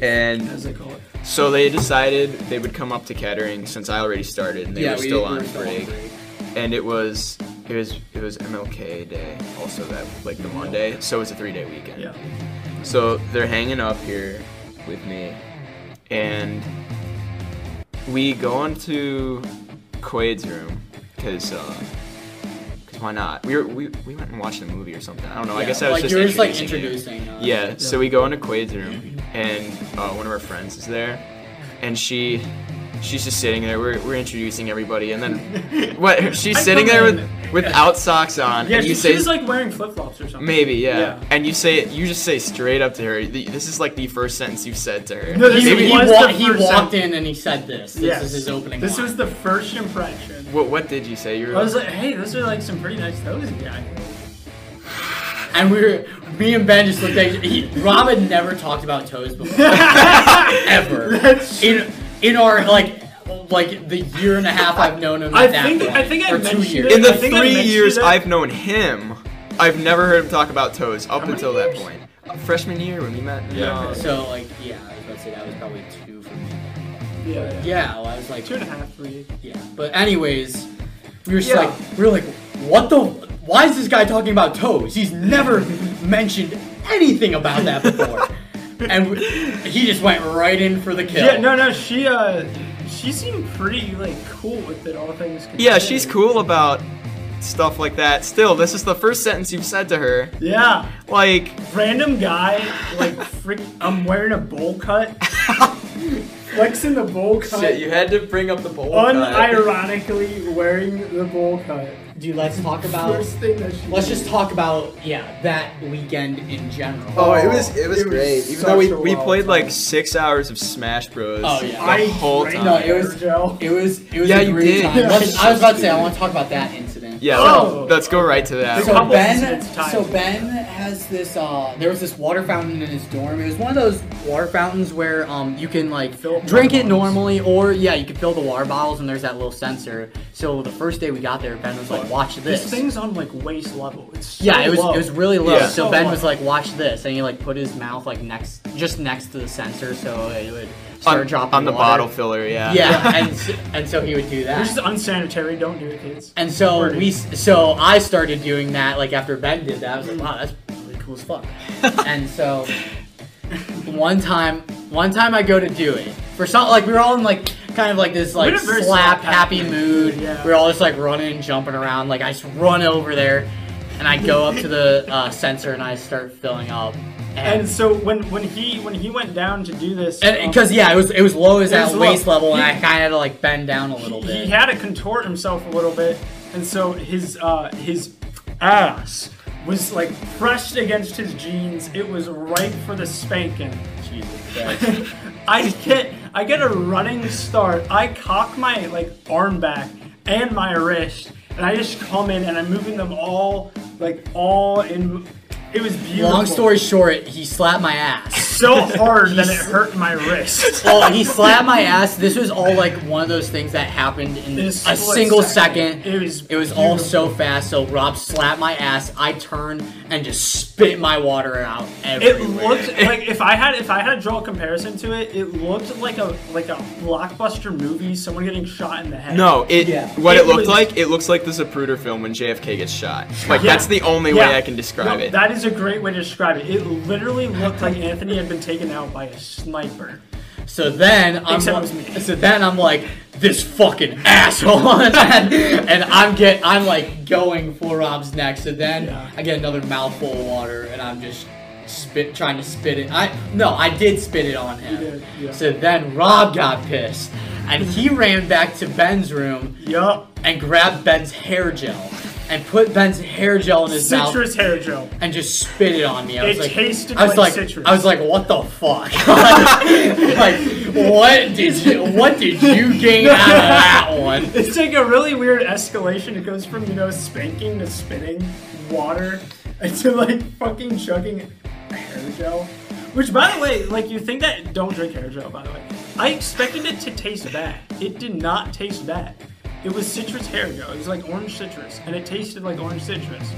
S2: and
S3: As they call it.
S2: so they decided they would come up to Kettering since I already started and they
S1: yeah,
S2: were
S1: we
S2: still
S1: we
S2: on
S1: were still
S2: break. and it was it was it was MLK Day, also that like the Monday, so it's a three day weekend.
S3: Yeah.
S2: So they're hanging up here with me, and we go on to Quaid's room because why not? We were, we we went and watched a movie or something. I don't know. I
S1: Yeah,
S2: guess I was
S1: like,
S2: just
S1: you were just like
S2: you.
S1: introducing. uh,
S2: Yeah, so we go into Quaid's room, and uh, one of our friends is there, and she, she's just sitting there. We're, we're introducing everybody, and then what? She's
S3: I
S2: sitting
S3: come
S2: there with
S3: in.
S2: without socks on,
S3: Yeah,
S2: and you
S3: she,
S2: say
S3: she was like wearing flip flops or something.
S2: maybe yeah.
S3: Yeah.
S2: and you say you just say straight up to her. th- This is like the first sentence you've said to her.
S3: No, this
S1: He,
S3: Maybe-
S1: he
S3: was
S1: wa-
S3: the
S1: he
S3: first
S1: walked
S3: time.
S1: in and he said this. This
S3: Yes.
S1: is his opening.
S3: This
S1: line.
S3: was the first impression.
S2: what what did you say? You were
S3: I was like, hey, those are like some pretty nice toes, guy.
S1: And we were, me and Ben just looked at he, Rob had never talked about toes
S3: *laughs*
S1: before, ever.
S3: That's
S1: In in our like like the year and a half I've known him.
S3: I
S1: at that
S3: think-
S1: point,
S3: I think I
S1: or two
S3: mentioned
S1: years.
S3: it.
S2: in the
S3: I think I
S2: three
S3: mentioned
S2: years
S3: that.
S2: I've known him, I've never heard him talk about toes up
S3: many
S2: until
S3: years?
S2: that point. Uh, Freshman year when we met.
S3: Yeah.
S2: No.
S1: So like yeah, I was about to say that was probably two for me.
S3: Yeah, yeah.
S1: Yeah, well, I was like
S3: Two and a half, three.
S1: yeah. But anyways, we were just
S2: Yeah.
S1: like we were like what the why is this guy talking about toes? He's never mentioned anything about that *laughs* before. and we, he just went right in for the kill.
S3: Yeah, no, no, she uh, she seemed pretty like cool with it, all things. Considered.
S2: Yeah, she's cool about stuff like that. Still, this is the first sentence you've said to her.
S3: Yeah,
S2: Like, *laughs*
S3: random guy, like frick. I'm wearing a bowl cut, flexing the bowl cut,
S2: had to bring up the bowl.
S3: unironically wearing the bowl cut.
S1: Dude, let's talk about
S3: First thing that she.
S1: Let's
S3: did.
S1: just talk about yeah that weekend in general.
S2: Oh, it was it was
S3: It was
S2: great. Even
S3: such
S2: though we,
S3: a
S2: we
S3: wild
S2: played
S3: time.
S2: like six hours of Smash Bros.
S1: Oh, yeah.
S2: the
S1: I
S2: whole
S3: drank
S2: time.
S1: No, it was
S3: Joe.
S1: it was it was
S2: Yeah,
S1: a
S2: you
S1: great
S2: did.
S1: time.
S3: Yeah.
S1: Let's- I was about to say I want to talk about that incident.
S2: yeah,
S3: Oh.
S2: let- let's go right to that.
S3: The
S1: So
S3: couple
S1: Ben,
S3: incidents tied.
S1: so Ben has this. Uh, there was this water fountain in his dorm. It was one of those water fountains where um you can like
S3: Fill up
S1: drink
S3: water
S1: it
S3: bottles.
S1: normally, or yeah, you can fill the water bottles, and there's that little sensor. So the first day we got there, Ben was like, "Watch
S3: This
S1: this."
S3: thing's on like waist level. It's so
S1: Yeah, it was
S3: low.
S1: it was really low.
S2: Yeah.
S1: So
S3: So
S1: Ben
S3: low.
S1: was like, "Watch this," and he like put his mouth like next, just next to the sensor, so it would start
S2: on,
S1: dropping
S2: on the
S1: water.
S2: bottle filler, yeah.
S3: *laughs*
S1: Yeah, and s- and so he would do
S3: This is
S1: that.
S3: unsanitary. Don't do it, kids.
S1: And so
S3: Word.
S1: we, s- so I started doing that like after Ben did that. I was like, "Wow, that's really cool as
S3: *laughs*
S1: fuck." and so one time, one time I go to do it for some like we were all in like kind of like this like
S3: in a very
S1: slap
S3: slap-happy
S1: happy mood.
S3: mood, yeah.
S1: We were all just like running and jumping around. Like I just run over there, and I go up to
S3: *laughs*
S1: the uh, sensor and I start filling up.
S3: And
S1: And
S3: so when when he when he went down to do this, um,
S1: because yeah, it was it was low as
S3: It
S1: that
S3: was low.
S1: waist level, and
S3: He-
S1: I kind of had to like bend down a little
S3: he,
S1: bit.
S3: he had to contort himself a little bit, and so his uh, his ass was like pressed against his jeans. It was ripe for the spanking. *laughs*
S1: Jesus Christ.
S3: I get I get a running start. I cock my like arm back and my wrist, and I just come in and I'm moving them all like all in. It was beautiful.
S1: Long story short, he slapped my ass.
S3: so hard that it hurt my wrist.
S1: Oh, he slapped my ass. This was all like one of those things that happened in
S3: In a
S1: a
S3: split
S1: single
S3: second.
S1: second.
S3: It was
S1: it was all so fast. So Rob slapped my ass. I turned and just spit my water out
S3: It
S1: everywhere.
S3: looked like if I had if I had to draw a comparison to it, it looked like a like a blockbuster movie, someone getting shot in the
S2: *laughs*
S3: head.
S2: No, it
S1: Yeah.
S2: what
S3: It
S2: it, looked
S3: was-
S2: like, it looks like the Zapruder film when JFK gets shot. Like
S3: Yeah.
S2: that's the only way
S3: Yeah.
S2: I can describe
S3: No,
S2: it.
S3: That is a great way to describe it. It literally looked like Anthony had been taken out by a sniper.
S1: So then I'm
S3: Except it
S1: like-
S3: was me.
S1: so then I'm like this fucking asshole, *laughs* and, then- and I'm get I'm like going for Rob's neck. So then
S3: Yeah.
S1: I get another mouthful of water, and I'm just spit trying to spit it. I no, I did spit it on him.
S3: You did, yeah.
S1: So then Rob got pissed, and he ran back to Ben's room
S3: Yup.
S1: and grabbed Ben's hair gel and put Ben's hair gel in his mouth
S3: Citrus hair gel.
S1: and just spit it on me. I
S3: It
S1: was like,
S3: tasted
S1: I was
S3: like
S1: like,
S3: citrus.
S1: I was like, what the fuck? *laughs* like, what did you, what did you gain out of that one?
S3: It's like a really weird escalation. It goes from, you know, spanking to spitting water *laughs* to like fucking chugging hair gel. Which, by the way, like you think that don't drink hair gel. By the way, I expected it to taste bad. It did not taste bad. It was citrus hair gel. It was like orange citrus, and it tasted like orange citrus.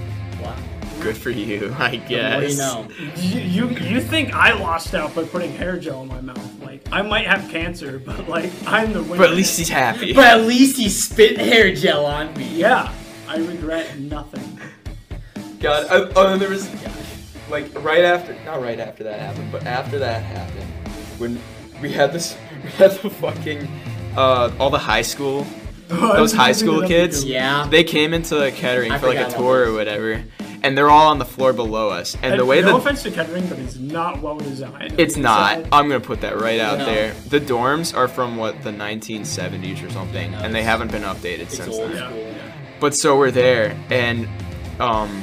S1: Wow.
S2: Good for you, *laughs* I guess.
S1: What do you know?
S3: You, you you think I lost out by putting hair gel in my mouth? Like I might have cancer, *laughs* but like I'm the winner.
S2: But at least he's happy.
S1: But at least he spit hair gel on me.
S3: yeah, I regret nothing.
S2: God, I, oh, and there was like right after, not right after that happened, but after that happened, *laughs* when we had this, we had the fucking, uh, all the high school those
S3: *laughs*
S2: high school kids.
S1: Yeah.
S2: They came into catering
S1: I
S2: for like
S1: forgot
S2: a
S1: about
S2: tour or whatever, and they're all on the floor below us. And,
S3: And
S2: the way
S3: no
S2: that
S3: offense to Kettering, but it's not well designed.
S2: it's not,
S3: So,
S2: I'm gonna put that right out
S1: No.
S2: there. The dorms are from what the 1970s or something,
S1: No,
S2: and they
S1: it's-
S2: haven't been updated
S1: It's
S2: since
S1: old
S2: then.
S3: Yeah.
S1: school.
S2: But so we're there, and um,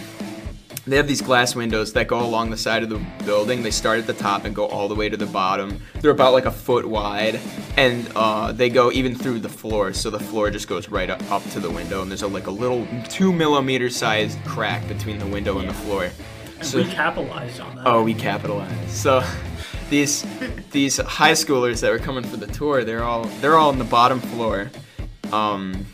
S2: they have these glass windows that go along the side of the building. They start at the top and go all the way to the bottom. They're about like a foot wide, and uh, they go even through the floor. So the floor just goes right up, up to the window, and there's a, like a little two millimeter sized crack between the window and the
S1: Yeah.
S2: floor.
S3: and
S2: So
S3: we capitalized on that.
S2: oh, we capitalized. So *laughs* these these high schoolers that were coming for the tour, they're all they're all on the bottom floor. Um,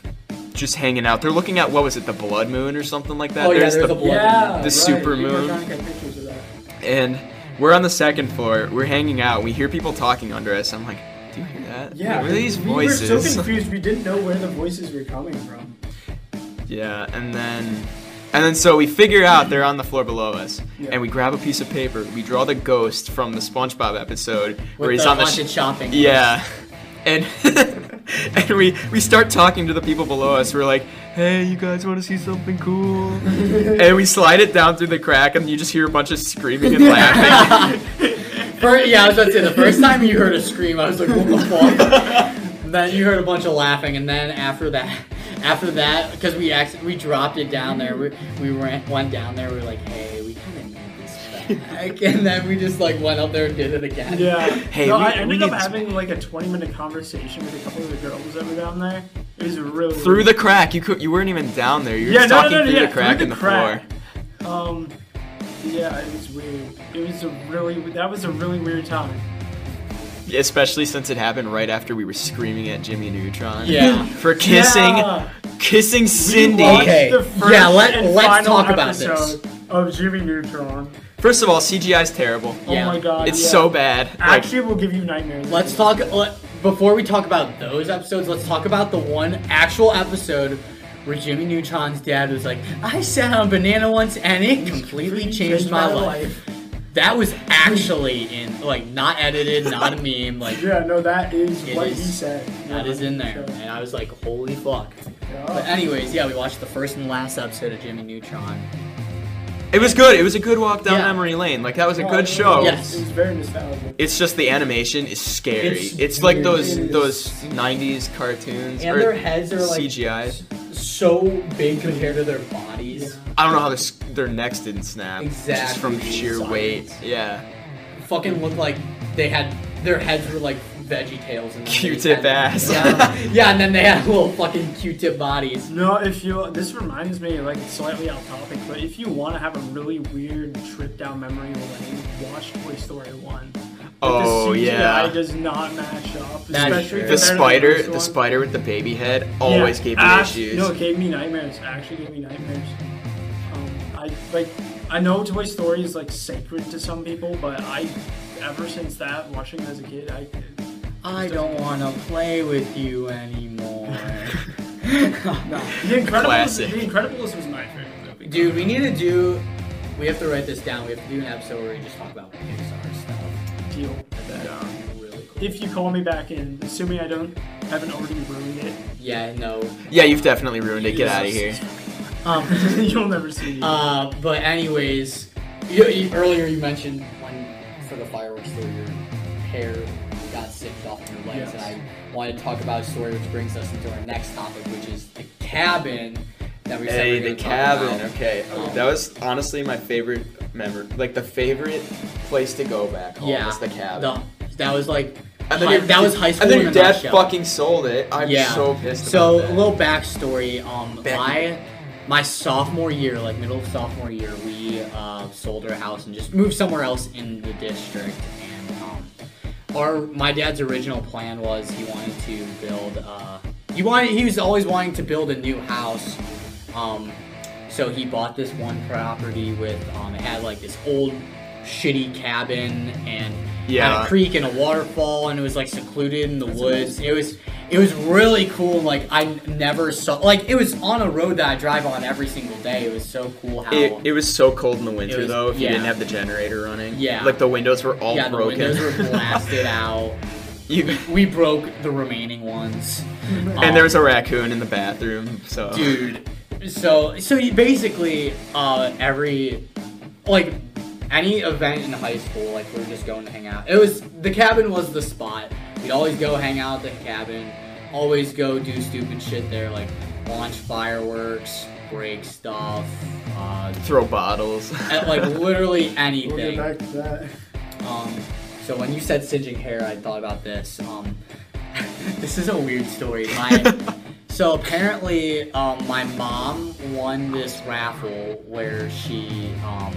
S2: just hanging out. They're looking at what was it, the blood moon or something like that.
S1: Oh, yeah, there's a blood
S3: yeah,
S2: the
S3: right.
S2: super
S3: People are
S2: moon.
S3: trying to get pictures of that.
S2: and we're on the second floor. We're hanging out. We hear people talking under us. I'm like, do you hear that?
S3: Yeah,
S2: what are these
S3: we were
S2: voices?
S3: so confused. We didn't know where the voices were coming from.
S2: *laughs* Yeah, and then and then so we figure out they're on the floor below us,
S3: Yeah.
S2: and we grab a piece of paper. We draw the ghost from the SpongeBob episode where
S1: With
S2: he's
S1: the
S2: on the sh-
S1: haunted shopping.
S2: yeah, and *laughs* and we we start talking to the people below us. We're like, hey, you guys want to see something cool? and we slide it down through the crack, and you just hear a bunch of screaming
S3: *laughs*
S2: and laughing.
S1: *laughs* Fir yeah, I was about to say the first time you heard a scream, I was like, what the fuck? And then you heard a bunch of laughing, and then after that, after that, because we acc- we dropped it down there, we we ran- went down there, we were like, hey, we kind of need this back, and then we just like went up there and did it again.
S3: Yeah.
S2: Hey,
S3: no,
S2: we-
S3: I
S2: we
S3: ended
S2: need
S3: up
S2: to-
S3: having like a 20 minute conversation with a couple of the girls that were down there. It was really
S2: through the crack, you could, you weren't even down there. You were
S3: yeah,
S2: just
S3: no,
S2: talking
S3: no, no,
S2: through
S3: yeah,
S2: the crack
S3: through
S2: in
S3: the
S2: the
S3: crack.
S2: floor.
S3: Um, yeah, it was weird. It was a really that was a really weird time.
S2: Especially since it happened right after we were screaming at Jimmy Neutron.
S1: Yeah.
S2: For kissing,
S3: Yeah.
S2: kissing Cindy.
S3: Watched
S1: Okay,
S3: the first
S1: yeah, let-
S3: and
S1: let's
S3: final
S1: talk about this.
S3: episode Of Jimmy Neutron.
S2: First of all, CGI's terrible.
S1: Yeah.
S3: Oh my god.
S2: It's
S3: yeah.
S2: so bad. Like,
S3: Actually, will give you nightmares.
S1: Let's talk. Let, before we talk about those episodes, let's talk about the one actual episode where Jimmy Neutron's dad was like, "I sat on a banana once and it completely changed, my, life. That was actually in, like, not edited, not a meme. Like,
S3: Yeah, no, that is
S1: It
S3: what
S1: is-
S3: he said.
S1: that is in there. And I was like, "Holy fuck!"
S3: Yeah.
S1: But anyways, yeah, we watched the first and last episode of Jimmy Neutron.
S2: it was good. It was a good walk down
S1: Yeah.
S2: memory lane. Like, that was a
S3: Oh,
S2: good
S3: it
S2: show.
S3: was-
S1: Yes.
S3: It was very nostalgic.
S2: It's just the animation is scary.
S1: It's
S2: It's, like
S1: weird.
S2: those
S3: It is.
S2: those 90s cartoons.
S1: And
S2: or
S1: their heads are like
S2: CGI.
S1: so big compared to their bodies.
S2: I don't know how this, their necks didn't snap. Just from
S1: Exactly.
S2: sheer
S1: Science.
S2: weight. Yeah.
S1: fucking looked like they had their heads were like veggie tails and then they
S2: Q-tip
S1: had-
S2: ass.
S1: Yeah, yeah, and then they had little fucking Q-tip bodies.
S3: No, if you this reminds me like it's slightly off topic, but if you want to have a really weird trip down memory lane, watch Toy Story One. Like,
S2: Oh,
S3: the CGI
S2: yeah.
S3: does not match up,
S1: That's
S3: especially
S1: true.
S2: The
S3: compared to
S2: spider,
S3: first
S2: the
S3: one.
S2: spider with the baby head, always
S3: Yeah,
S2: gave me
S1: Ah,
S3: act-
S2: issues.
S3: No, it gave me nightmares. Actually, gave me nightmares. Um, I like I know Toy Story is like sacred to some people, but I ever since that watching it as a kid, I
S1: I don't want to play with you anymore.
S2: *laughs*
S1: *laughs*
S3: the Incredibles.
S2: Classic.
S3: The Incredibles was my favorite movie.
S1: Dude, we need to do. We have to write this down. We have to do an episode where we just talk about Pixar stuff.
S3: deal.
S1: That would be really cool.
S3: If you call me back in, assuming I don't haven't already ruined it,
S1: Yeah, no.
S2: Yeah, you've definitely ruined it. Get
S3: Jesus.
S2: out of here.
S1: Um,
S3: *laughs* you'll never see me.
S1: uh, but anyways, you, you- earlier you mentioned when for the fireworks where your hair got sicked off your legs,
S3: Yes.
S1: and I wanted to talk about a story which brings us into our next topic, which is the cabin that we said we
S2: Hey,
S1: were
S2: the
S1: gonna talk
S2: cabin.
S1: about.
S2: Okay,
S1: Um,
S2: that was honestly my favorite memory, like the favorite place to go back home.
S1: Yeah,
S2: was the cabin.
S1: the- that was like
S2: And then
S1: hi-
S2: your-
S1: that was high school.
S2: And then
S1: in
S2: your
S1: a
S2: dad
S1: nutshell.
S2: fucking sold it. I'm
S1: Yeah.
S2: so pissed.
S1: So
S2: about
S1: a
S2: that.
S1: little backstory. Um,
S2: Back-
S1: my my sophomore year, like middle of sophomore year, we uh, sold our house and just moved somewhere else in the district. And um, our my dad's original plan was he wanted to build. Uh, he wanted he was always wanting to build a new house. Um, so he bought this one property with um, it had like this old shitty cabin and had
S2: Yeah.
S1: a creek and a waterfall and it was like secluded in the woods. It was it was really cool. Like I n- never saw like it was on a road that I drive on every single day. It was so cool how
S2: It, it was so cold in the winter
S1: was-
S2: though. If
S1: yeah.
S2: you didn't have the generator running,
S1: Yeah.
S2: like the windows were all *laughs*
S1: yeah the
S2: broken.
S1: windows were blasted out.
S2: You,
S1: We broke the remaining ones.
S2: and there was a raccoon in the bathroom. So
S1: dude. So so you basically uh every like any event in high school like we were just going to hang out. It was the cabin was the spot. We'd always go hang out at the cabin. Always go do stupid shit there like launch fireworks, break stuff, uh,
S2: throw bottles.
S5: *laughs*
S1: at,
S2: *laughs*
S1: like literally
S5: We'll get
S1: anything.
S5: back to that.
S1: Um, so when you said singeing hair, I thought about this. Um, *laughs* this is a weird story. My, so apparently, um, my mom won this raffle where she um,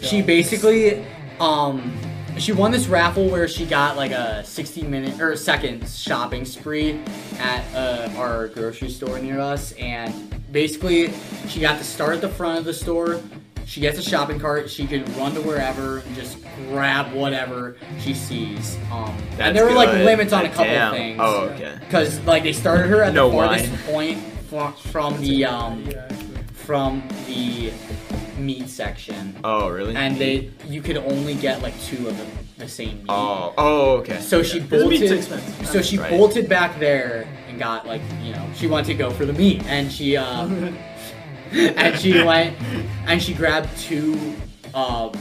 S1: she basically um, she won this raffle where she got like a 60 minute or second shopping spree at uh, our grocery store near us and basically she got to start at the front of the store she gets a shopping cart she can run to wherever and just grab whatever she sees um, and there were like
S2: good.
S1: limits on a couple
S2: Damn.
S1: of things
S2: Oh, okay.
S1: because like they started her at
S2: No
S1: the farthest
S2: wine.
S1: point from, from the um,
S5: Yeah, actually.
S1: from the meat section
S2: Oh, really?
S1: and they you could only get like two of them the same meat.
S2: Oh, oh, okay.
S1: So she
S3: The meat's
S1: bolted.
S3: expensive.
S1: So she
S2: Right.
S1: bolted back there and got like you know she wanted to go for the meat and she
S3: *laughs*
S1: uh and she went and she grabbed two um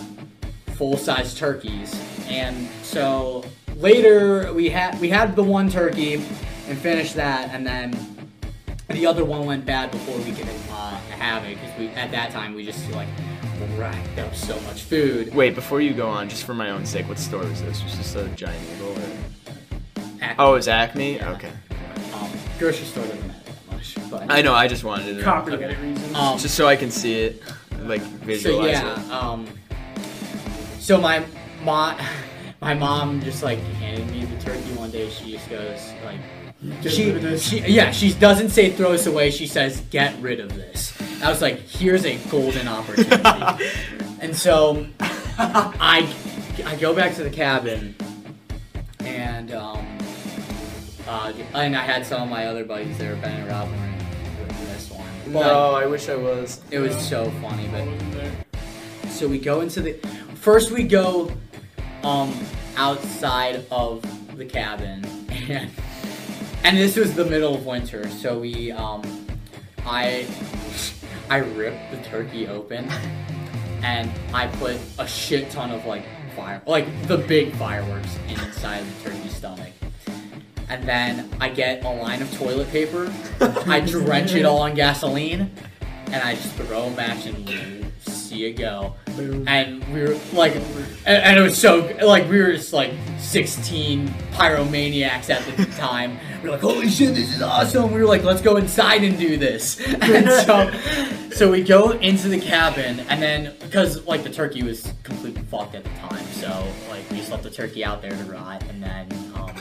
S1: full size turkeys and so later we had we had the one turkey and finished that and then the other one went bad before we could uh, have it because we at that time we just like racked up so much food.
S2: Wait, before you go on, just for my own sake, what store was this? Was this a giant eagle? Or... Oh, it was Acme. Okay.
S1: Um, grocery store doesn't matter
S5: Oh,
S1: that much, but
S2: I know. I just wanted to know.
S3: Copyright reasons.
S1: um,
S2: just so I can see it, like
S1: so
S2: visualize
S1: yeah, um, so my mom, *laughs* my mom just like handed me the turkey one day. She just goes like,
S5: Get rid of
S1: she,
S5: this.
S1: she yeah, she doesn't say throw us away. She says get rid of this. I was like, here's a
S2: *laughs*
S1: golden opportunity, and so *laughs* I I go back to the cabin and um, uh, and I had some of my other buddies there, Ben and Rob, were in with this one.
S2: it.
S1: *laughs* But
S2: No, I wish I was.
S1: it was so funny.
S5: I
S1: But
S5: wasn't there.
S1: so we go into the first we go um outside of the cabin *laughs* and and this was the middle of winter, so we um I I ripped the turkey open and I put a shit ton of like fire like the big fireworks inside the turkey's stomach. And then I get a line of toilet paper, I drench it all in gasoline, and I just throw a match and leave. see you go. And we were like, and, and it was so like we were just like 16 pyromaniacs at the time. We were like, holy shit, this is awesome. We were like, let's go inside and do this. *laughs* And so, so we go into the cabin, and then because like the turkey was completely fucked at the time, so like we just left the turkey out there to rot, and then. Um,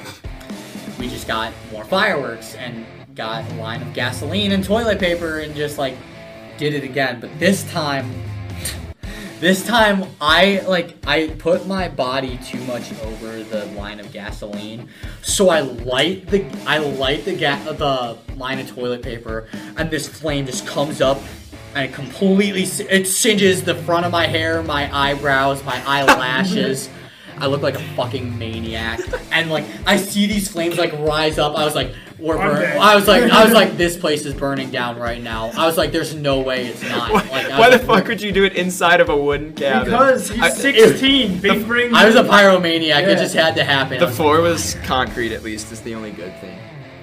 S1: we just got more fireworks and got a line of gasoline and toilet paper and just like did it again. But this time, this time I like I put my body too much over the line of gasoline, so I light the I light the ga- the line of toilet paper, and this flame just comes up. And it completely s- it singes the front of my hair, my eyebrows, my eyelashes. I look like a fucking maniac. And like I see these flames like rise up. I was like, we're
S5: I'm
S1: burn-
S5: dead.
S1: I was like I was like this place is burning down right now. I was like there's no way it's not.
S2: Why,
S1: Like, I
S2: why
S1: was
S2: the
S1: like,
S2: fuck would you do it inside of a wooden cabin?
S3: because he's
S2: I-
S3: 16. big ring.
S1: I was a pyromaniac.
S3: Yeah.
S1: It just had to happen. I
S2: The
S1: was-
S2: floor was concrete, at least, is the only good thing.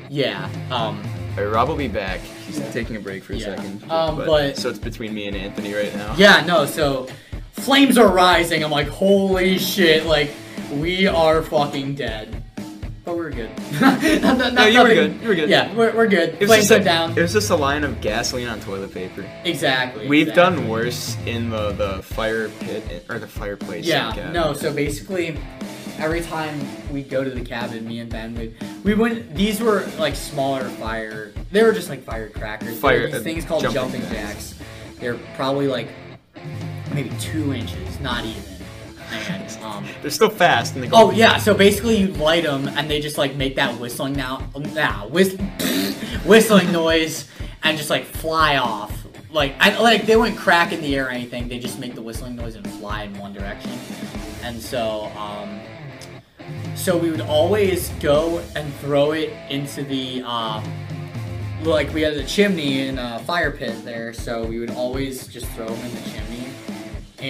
S1: yeah. Um
S2: All right, Rob will be back. He's
S5: Yeah.
S2: taking a break for a
S1: Yeah.
S2: second.
S1: Um, but-
S2: so it's between me and Anthony right now.
S1: yeah, no. So flames are rising. I'm like, "Holy shit, like we are fucking dead." But we're good. *laughs* Not- not-
S2: No, you were
S1: nothing-
S2: good. You were good.
S1: Yeah, we're, we're good.
S2: It was,
S1: Flames
S2: just
S1: are
S2: a,
S1: down.
S2: it was just a line of gasoline on toilet paper.
S1: exactly.
S2: We've
S1: exactly.
S2: done worse in the, the fire pit in- or the fireplace.
S1: Yeah,
S2: cabin.
S1: no, so basically every time we go to the cabin, me and Ben would we went these were like smaller fire they were just like firecrackers. They were
S2: Fire-
S1: these
S2: uh,
S1: things called jumping
S2: jumping
S1: jacks.
S2: jacks.
S1: They're probably like maybe two inches, not even. And um
S2: They're still fast and they go.
S1: Oh yeah, so basically you light them and they just like make that whistling now, nah, whist- *laughs* whistling noise and just like fly off. Like I, like they wouldn't crack in the air or anything. They just make the whistling noise and fly in one direction. And so um, So we would always go and throw it into the uh, like we had a chimney and a fire pit there, so we would always just throw them in the chimney.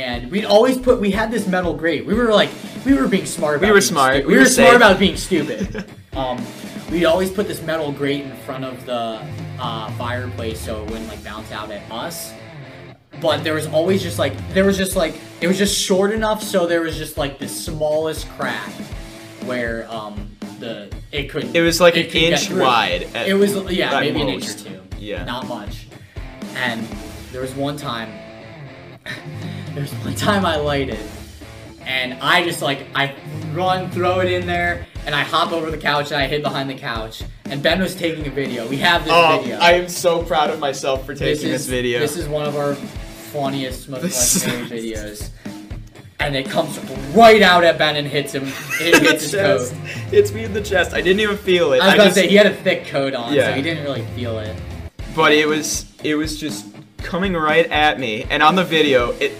S1: And we'd always put we had this metal grate. We were like we were being smart. About
S2: We were
S1: being
S2: smart.
S1: stu-
S2: We
S1: We,
S2: were
S1: were smart
S2: safe.
S1: about being
S2: *laughs*
S1: stupid. um, we'd always put this metal grate in front of the uh, fireplace so it wouldn't like bounce out at us. But there was always just like there was just like it was just short enough so there was just like the smallest crack where um the it could
S2: It was like an
S1: could get
S2: inch
S1: through.
S2: wide at-
S1: it was yeah
S2: at
S1: maybe
S2: most.
S1: an inch or two
S2: Yeah.
S1: not much and there was one time *laughs* there was one time I lighted and I just like I run throw it in there and I hop over the couch and I hid behind the couch and Ben was taking a video we have this
S2: Oh,
S1: video
S2: I am so proud of myself for taking this, video. *laughs*
S1: this is one of our funniest, most
S2: This- *laughs*
S1: legendary videos. And it comes right out at Ben and hits him. It
S2: In the
S1: hits his coat.
S2: *laughs* chest. It's me in the chest. I didn't even feel it.
S1: I was
S2: I
S1: about
S2: just-
S1: to say he had a thick coat on,
S2: Yeah.
S1: so he didn't really feel it.
S2: but it was it was just coming right at me and on the video it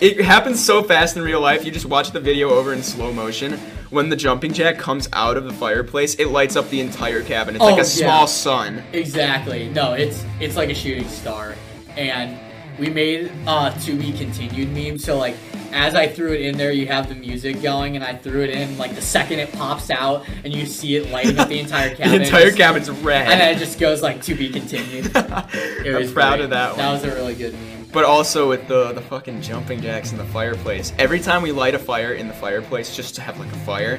S2: it happens so fast in real life you just watch the video over in slow motion when the jumping jack comes out of the fireplace it lights up the entire cabin it's like
S1: Oh,
S2: a
S1: yeah.
S2: small sun
S1: Exactly. No, it's it's like a shooting star. And we made uh to be continued meme, so like as I threw it in there you have the music going and I threw it in like the second it pops out and you see it lighting up *laughs* the entire cabin.
S2: *laughs* the entire
S1: Just-
S2: cabin's red
S1: And then
S2: *laughs*
S1: it just goes like to be continued. It
S2: i'm
S1: was
S2: proud
S1: great.
S2: of that one
S1: That was a really good meme.
S2: But also with the the fucking jumping jacks in the fireplace. Every time we light a fire in the fireplace, just to have like a fire,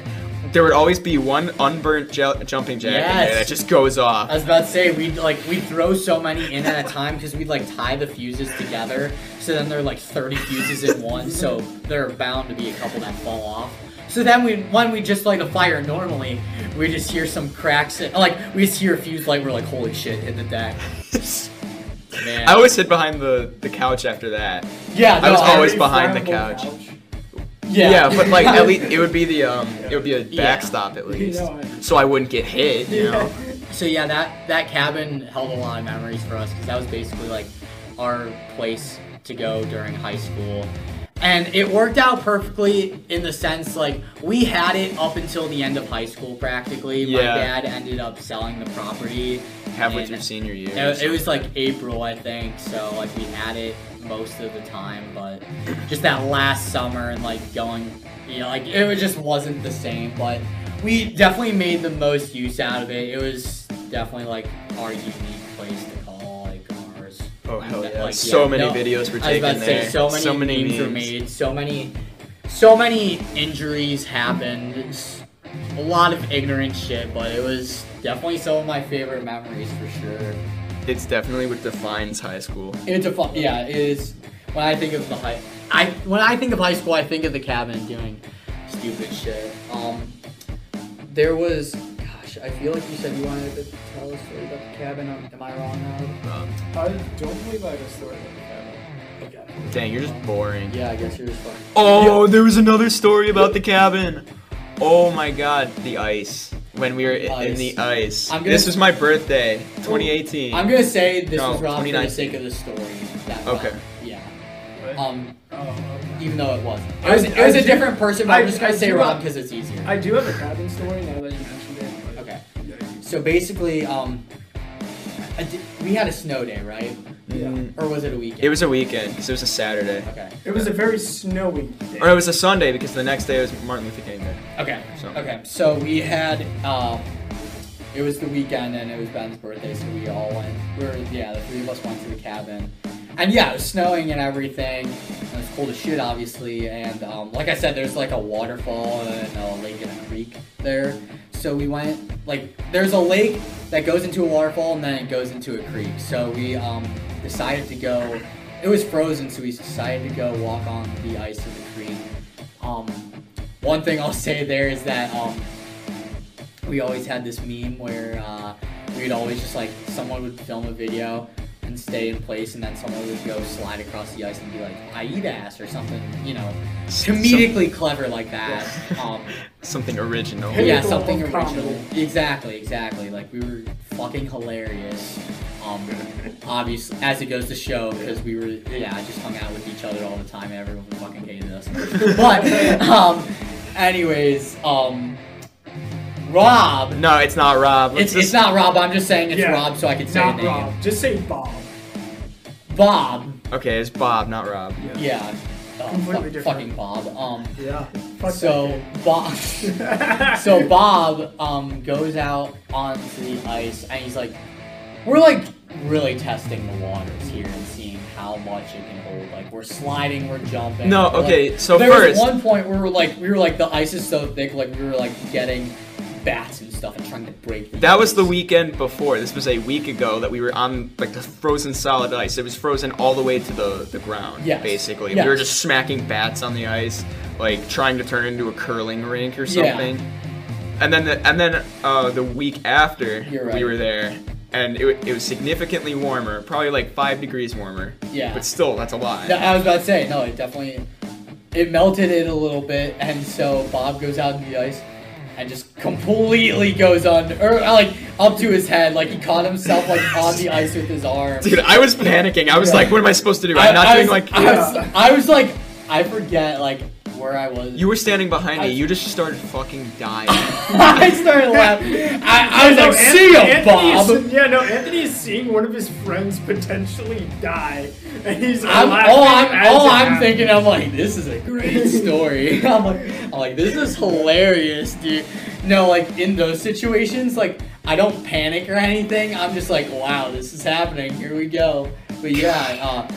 S2: there would always be one unburnt ju- jumping jack in there
S1: Yes.
S2: that just goes
S1: I
S2: off.
S1: was about to say we would like we would throw so many in at a time because we'd like tie the fuses together, so then there are like 30 fuses in one, so there are bound to be a couple that fall off. So then we when we just light a fire normally, we just hear some cracks. In, like we just hear a fuse light. We're like, holy shit, hit the deck,
S2: *laughs*
S1: man.
S2: I always sit behind the, the couch after that.
S1: yeah,
S2: I
S1: no,
S2: was always
S1: re-
S2: behind the couch.
S1: Yeah,
S2: but
S1: *laughs*
S2: like at least it would be the um it would be a
S1: Yeah.
S2: backstop at least,
S3: know, I-
S2: so I wouldn't get hit. You know.
S1: So yeah, that that cabin held a lot of memories for us because that was basically like our place to go during high school. And it worked out perfectly in the sense like we had it up until the end of high school practically.
S2: Yeah.
S1: My dad ended up selling the property.
S2: Halfway
S1: in-
S2: through senior year. or
S1: It, it
S2: something.
S1: was like April, I think. So like we had it most of the time, but just that last summer and like going, you know, like it was just wasn't the same. But we definitely made the most use out of it. It was definitely like our unique place to call like ours.
S2: Oh, hell
S1: Like,
S2: yeah. So many
S1: no,
S2: videos were
S1: I was
S2: taken
S1: about to say
S2: there.
S1: so many,
S2: So many
S1: memes were
S2: memes.
S1: made. So many, so many injuries happened. s- A lot of ignorant shit, but it was definitely some of my favorite memories for sure.
S2: It's definitely what defines high school.
S1: It's a fun. Yeah, it is. When I think of the high, I when I think of high school, I think of the cabin doing stupid shit. Um, there was, gosh, I feel like you said you wanted to tell a story about the cabin. Am, am I wrong now?
S2: Um,
S3: I don't believe I have a story about the cabin.
S1: Okay.
S2: Dang, you're just boring.
S1: Yeah, I guess you're just fucking.
S2: Oh, there was another story about the cabin. Oh my god, the ice. When we were i- in
S1: Ice.
S2: the ice.
S1: I'm gonna- Oh,
S2: This was my birthday, 2018.
S1: I'm gonna say this
S2: No,
S1: was Rob for the
S2: 2019.
S1: sake of the story. That
S2: Okay.
S1: yeah.
S3: What?
S1: Um,
S3: Oh, okay.
S1: even though it wasn't, it
S3: I-
S1: was, it was
S3: I
S1: a
S3: do-
S1: different person, but I,
S3: I-
S1: am just gonna
S3: I
S1: say
S3: do
S1: Rob
S3: have-
S1: because it's easier.
S3: I do have a cabin story now that you mentioned it. but-
S1: okay.
S3: Yeah,
S1: So basically, um, I di- we had a snow day, right?
S2: Mm,
S1: Or was it a weekend?
S2: It was a weekend because it was a Saturday.
S1: Okay.
S3: It was a very snowy day.
S2: Or it was a Sunday because the next day was Martin Luther King Day.
S1: Okay.
S2: So-
S1: Okay. So we had um, it was the weekend and it was Ben's birthday, so we all went. We were yeah, the three of us went to the cabin, and yeah, it was snowing and everything. And it was cold as shit, obviously. And um, like I said, there's like a waterfall and a lake and a creek there. So we went like there's a lake that goes into a waterfall and then it goes into a creek. So we um, decided to go. It was frozen, so we decided to go walk on the ice of the creek. Um, one thing I'll say there is that um, we always had this meme where uh, we'd always just like someone would film a video and stay in place, and then someone would go slide across the ice and be like, "I eat ass" or something, you know, comedically clever like that. Um,
S2: Something original.
S3: Hey,
S1: yeah,
S3: the
S1: something
S3: whole comedy.
S1: original. Exactly, exactly. Like we were fucking hilarious. Um, obvious as it goes to show because we were yeah just hung out with each other all the *laughs* time. and Everyone fucking hated us. but um, anyways, um, Rob.
S2: No, it's not Rob. Let's
S1: It's, it's
S2: just-
S1: not Rob. I'm just saying it's
S3: Yeah.
S1: Rob so I can say
S3: Not
S1: the name.
S3: Rob. Just say Bob.
S1: Bob.
S2: Okay, it's Bob, not Rob.
S1: Yeah. Oh,
S3: Completely
S1: fuck-
S3: different.
S1: fucking Bob. Um.
S3: Yeah. Fuck
S1: so Bob.
S3: *laughs* that
S1: *laughs*
S3: kid.
S1: so Bob um goes out onto the ice and he's like, we're like really testing the waters here and seeing how much it can hold. Like we're sliding, we're jumping.
S2: No,
S1: Like,
S2: okay, so
S1: there
S2: first-
S1: was one point where we're like, we were like, the ice is so thick, like we were like getting bats and stuff and trying to break.
S2: That was
S1: ice.
S2: the weekend before. This was a week ago that we were on like the frozen solid ice. It was frozen all the way to the, the ground,
S1: Yes.
S2: basically.
S1: Yes.
S2: We were just smacking bats on the ice, like trying to turn it into a curling rink or
S1: Yeah.
S2: something. And then the, and then uh, the week after
S1: You're
S2: we
S1: right.
S2: were there, and it, wa- it was significantly warmer, probably like five degrees warmer.
S1: Yeah.
S2: But still, that's a lot.
S1: No, I was about to say, no, it definitely it melted it a little bit, and so Bob goes out on the ice and just completely goes on, or uh, like up to his head, like he caught himself like
S2: *laughs*
S1: on the ice with his arm.
S2: Dude, I was panicking. I was
S1: Yeah.
S2: like, what am I supposed to do? I'm not
S1: I
S2: doing
S1: was,
S2: like.
S1: I was, I was like, I forget like where I was.
S2: you were standing behind
S1: I-
S2: me. You just started fucking dying.
S1: *laughs* I started
S2: *laughs*
S1: laughing. I, I was
S3: No,
S1: like,
S3: Anthony-
S1: see ya,
S3: Anthony
S1: Bob.
S3: is- yeah, no, Anthony is seeing one of his friends potentially die, and he's
S1: I'm,
S3: laughing
S1: all I'm,
S3: as
S1: all
S3: it
S1: I'm
S3: happens.
S1: thinking, I'm like, this is a *laughs* great story. I'm like, I'm like, this is hilarious, dude. No, like in those situations, like I don't panic or anything. I'm just like, wow, this is happening. Here we go. But yeah, uh,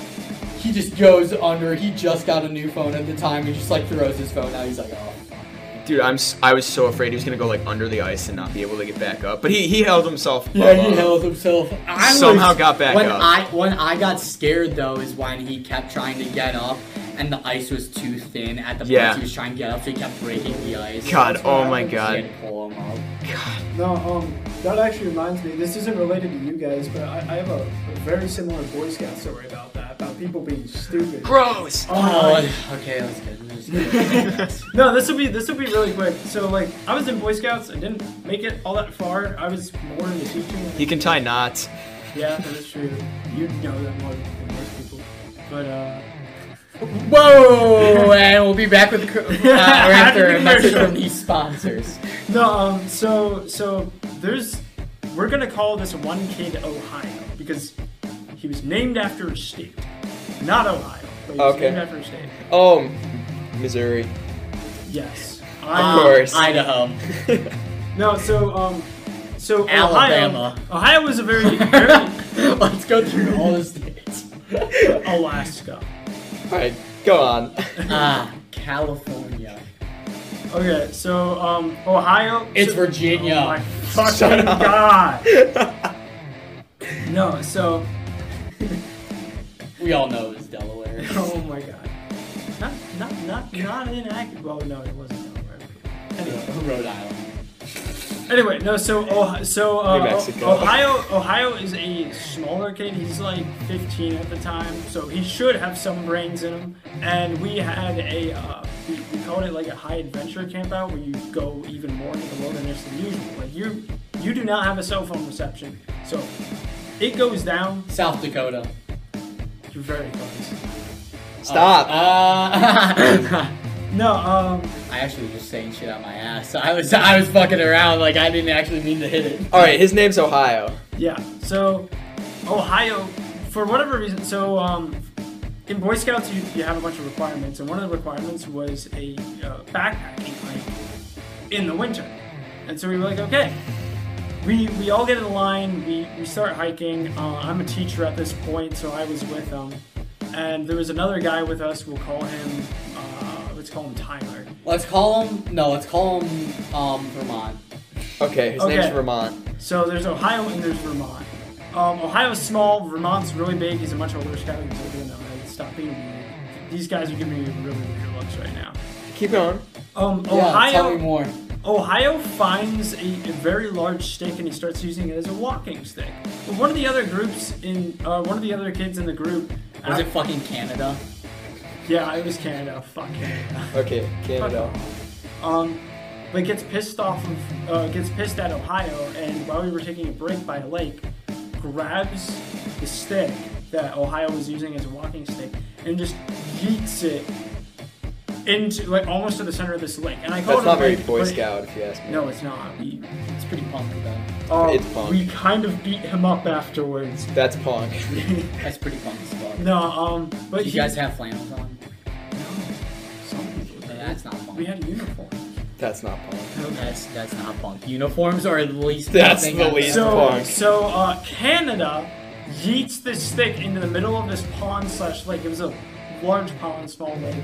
S1: he just goes under. He just got a new phone at the time. He just like throws his phone out. He's like, oh. fuck.
S2: Dude, I'm s- I was so afraid he was gonna go like under the ice and not be able to get back up. But he he held himself.
S1: Yeah,
S2: above.
S1: he held himself. Uh-huh. I was-
S2: Somehow got back
S1: when
S2: up.
S1: I when I got scared though is when he kept trying to get up and the ice was too thin at the
S2: Yeah.
S1: point he was trying to get up, so he kept breaking the ice.
S2: God,
S3: That's what
S2: oh my
S1: So he
S3: happens.
S2: god.
S1: had to pull him up.
S3: No, um, that actually reminds me. This isn't related to you guys, but I, I have a, a very similar Boy Scout story about that, about people being stupid.
S2: Gross.
S1: Oh, okay, that's good. That's good.
S3: No, this will be this will be really quick. So like, I was in Boy Scouts. I didn't make it all that far. I was more into teaching.
S2: He can tie knots.
S3: yeah, that is true. You know that more than most people. But uh,
S2: *laughs*
S1: Whoa! And we'll be back with uh, right after
S3: After
S1: a message
S3: commercial.
S1: from these sponsors.
S3: no, um, so so there's we're gonna call this one kid Ohio because he was named after a state, not Ohio, but he was
S2: Okay.
S3: named after a state.
S2: Oh,
S5: Um,
S2: M- Missouri.
S3: Yes.
S1: Um,
S3: I,
S2: course.
S1: Idaho.
S2: *laughs*
S1: *laughs*
S3: no, so um, so
S1: Alabama.
S3: Ohio, Ohio was
S1: *laughs*
S3: a very, very
S1: Let's go through all the states.
S3: Alaska.
S2: All right, go
S5: *laughs*
S2: on.
S1: Ah, California.
S3: Okay, so um, Ohio.
S1: It's
S3: so-
S1: Virginia. *laughs*
S3: Oh my fucking god.
S1: *laughs*
S3: No, so
S1: We all know it was
S3: *laughs*
S1: Delaware.
S3: oh my god, not not not not inaccurate. Well, no, it wasn't Delaware. Anyway,
S1: Rhode Island.
S3: Anyway, no. So, Ohio, so uh,
S2: New Mexico.
S3: Ohio, Ohio is a smaller kid. He's like 15 at the time, so he should have some brains in him. And we had a, uh, we, we called it like a high adventure camp out where you go even more into the wilderness than usual. Like you, you do not have a cell phone reception, so it goes down.
S1: South Dakota.
S3: You're very close.
S2: Stop.
S1: Uh,
S3: No, um,
S1: I actually was just saying shit out my ass. So I was I was fucking around like I didn't actually mean to hit it.
S2: All right, his name's Ohio.
S3: Yeah. So, Ohio, for whatever reason, so um, in Boy Scouts you, you have a bunch of requirements, and one of the requirements was a uh, backpacking hike in the winter. And so we were like, okay, we we all get in line. We we start hiking. Uh, I'm a teacher at this point, so I was with them. And there was another guy with us. We'll call him. Uh, let's call him Tyler.
S1: Let's call him no. Let's call him um Vermont.
S2: Okay, his
S3: Okay.
S2: name's Vermont.
S3: So there's Ohio and there's Vermont. Um, Ohio's small, Vermont's really big. He's a much older guy. He's older than them. Like, Stop being weird. These guys are giving me really weird looks right now.
S2: Keep going.
S3: Um,
S1: Yeah, tell me
S3: Ohio,
S1: more.
S3: Ohio finds a, a very large stick and he starts using it as a walking stick. But one of the other groups in, uh, one of the other kids in the group, uh,
S1: Was it fucking Canada?
S3: yeah, it was Canada. Fuck Canada.
S2: Okay, Canada.
S3: Um, but gets pissed off of, uh, gets pissed at Ohio, and while we were taking a break by a lake, grabs the stick that Ohio was using as a walking stick and just yeets it into like almost to the center of this lake. And I call
S5: That's
S3: it a
S5: not very
S3: lake,
S5: Boy
S3: but it-
S5: Scout, if you ask me.
S3: No, it's not. We,
S1: It's pretty punk though.
S3: uh,
S5: It's punk.
S3: We kind of beat him up afterwards.
S5: That's punk. *laughs*
S1: That's pretty punk as fuck.
S3: No, um, but
S1: you
S3: he,
S1: guys have flannels on?
S3: No, some people
S1: No,
S3: did.
S1: that's not punk.
S3: We had a uniform.
S5: That's not punk.
S1: That's that's not punk. Uniforms are at least
S5: That's
S1: nothing
S5: the
S1: on-
S5: least. He's
S3: so,
S5: punk.
S3: so uh, Canada yeets this stick into the middle of this pond slash lake. It was a large pond, small lake,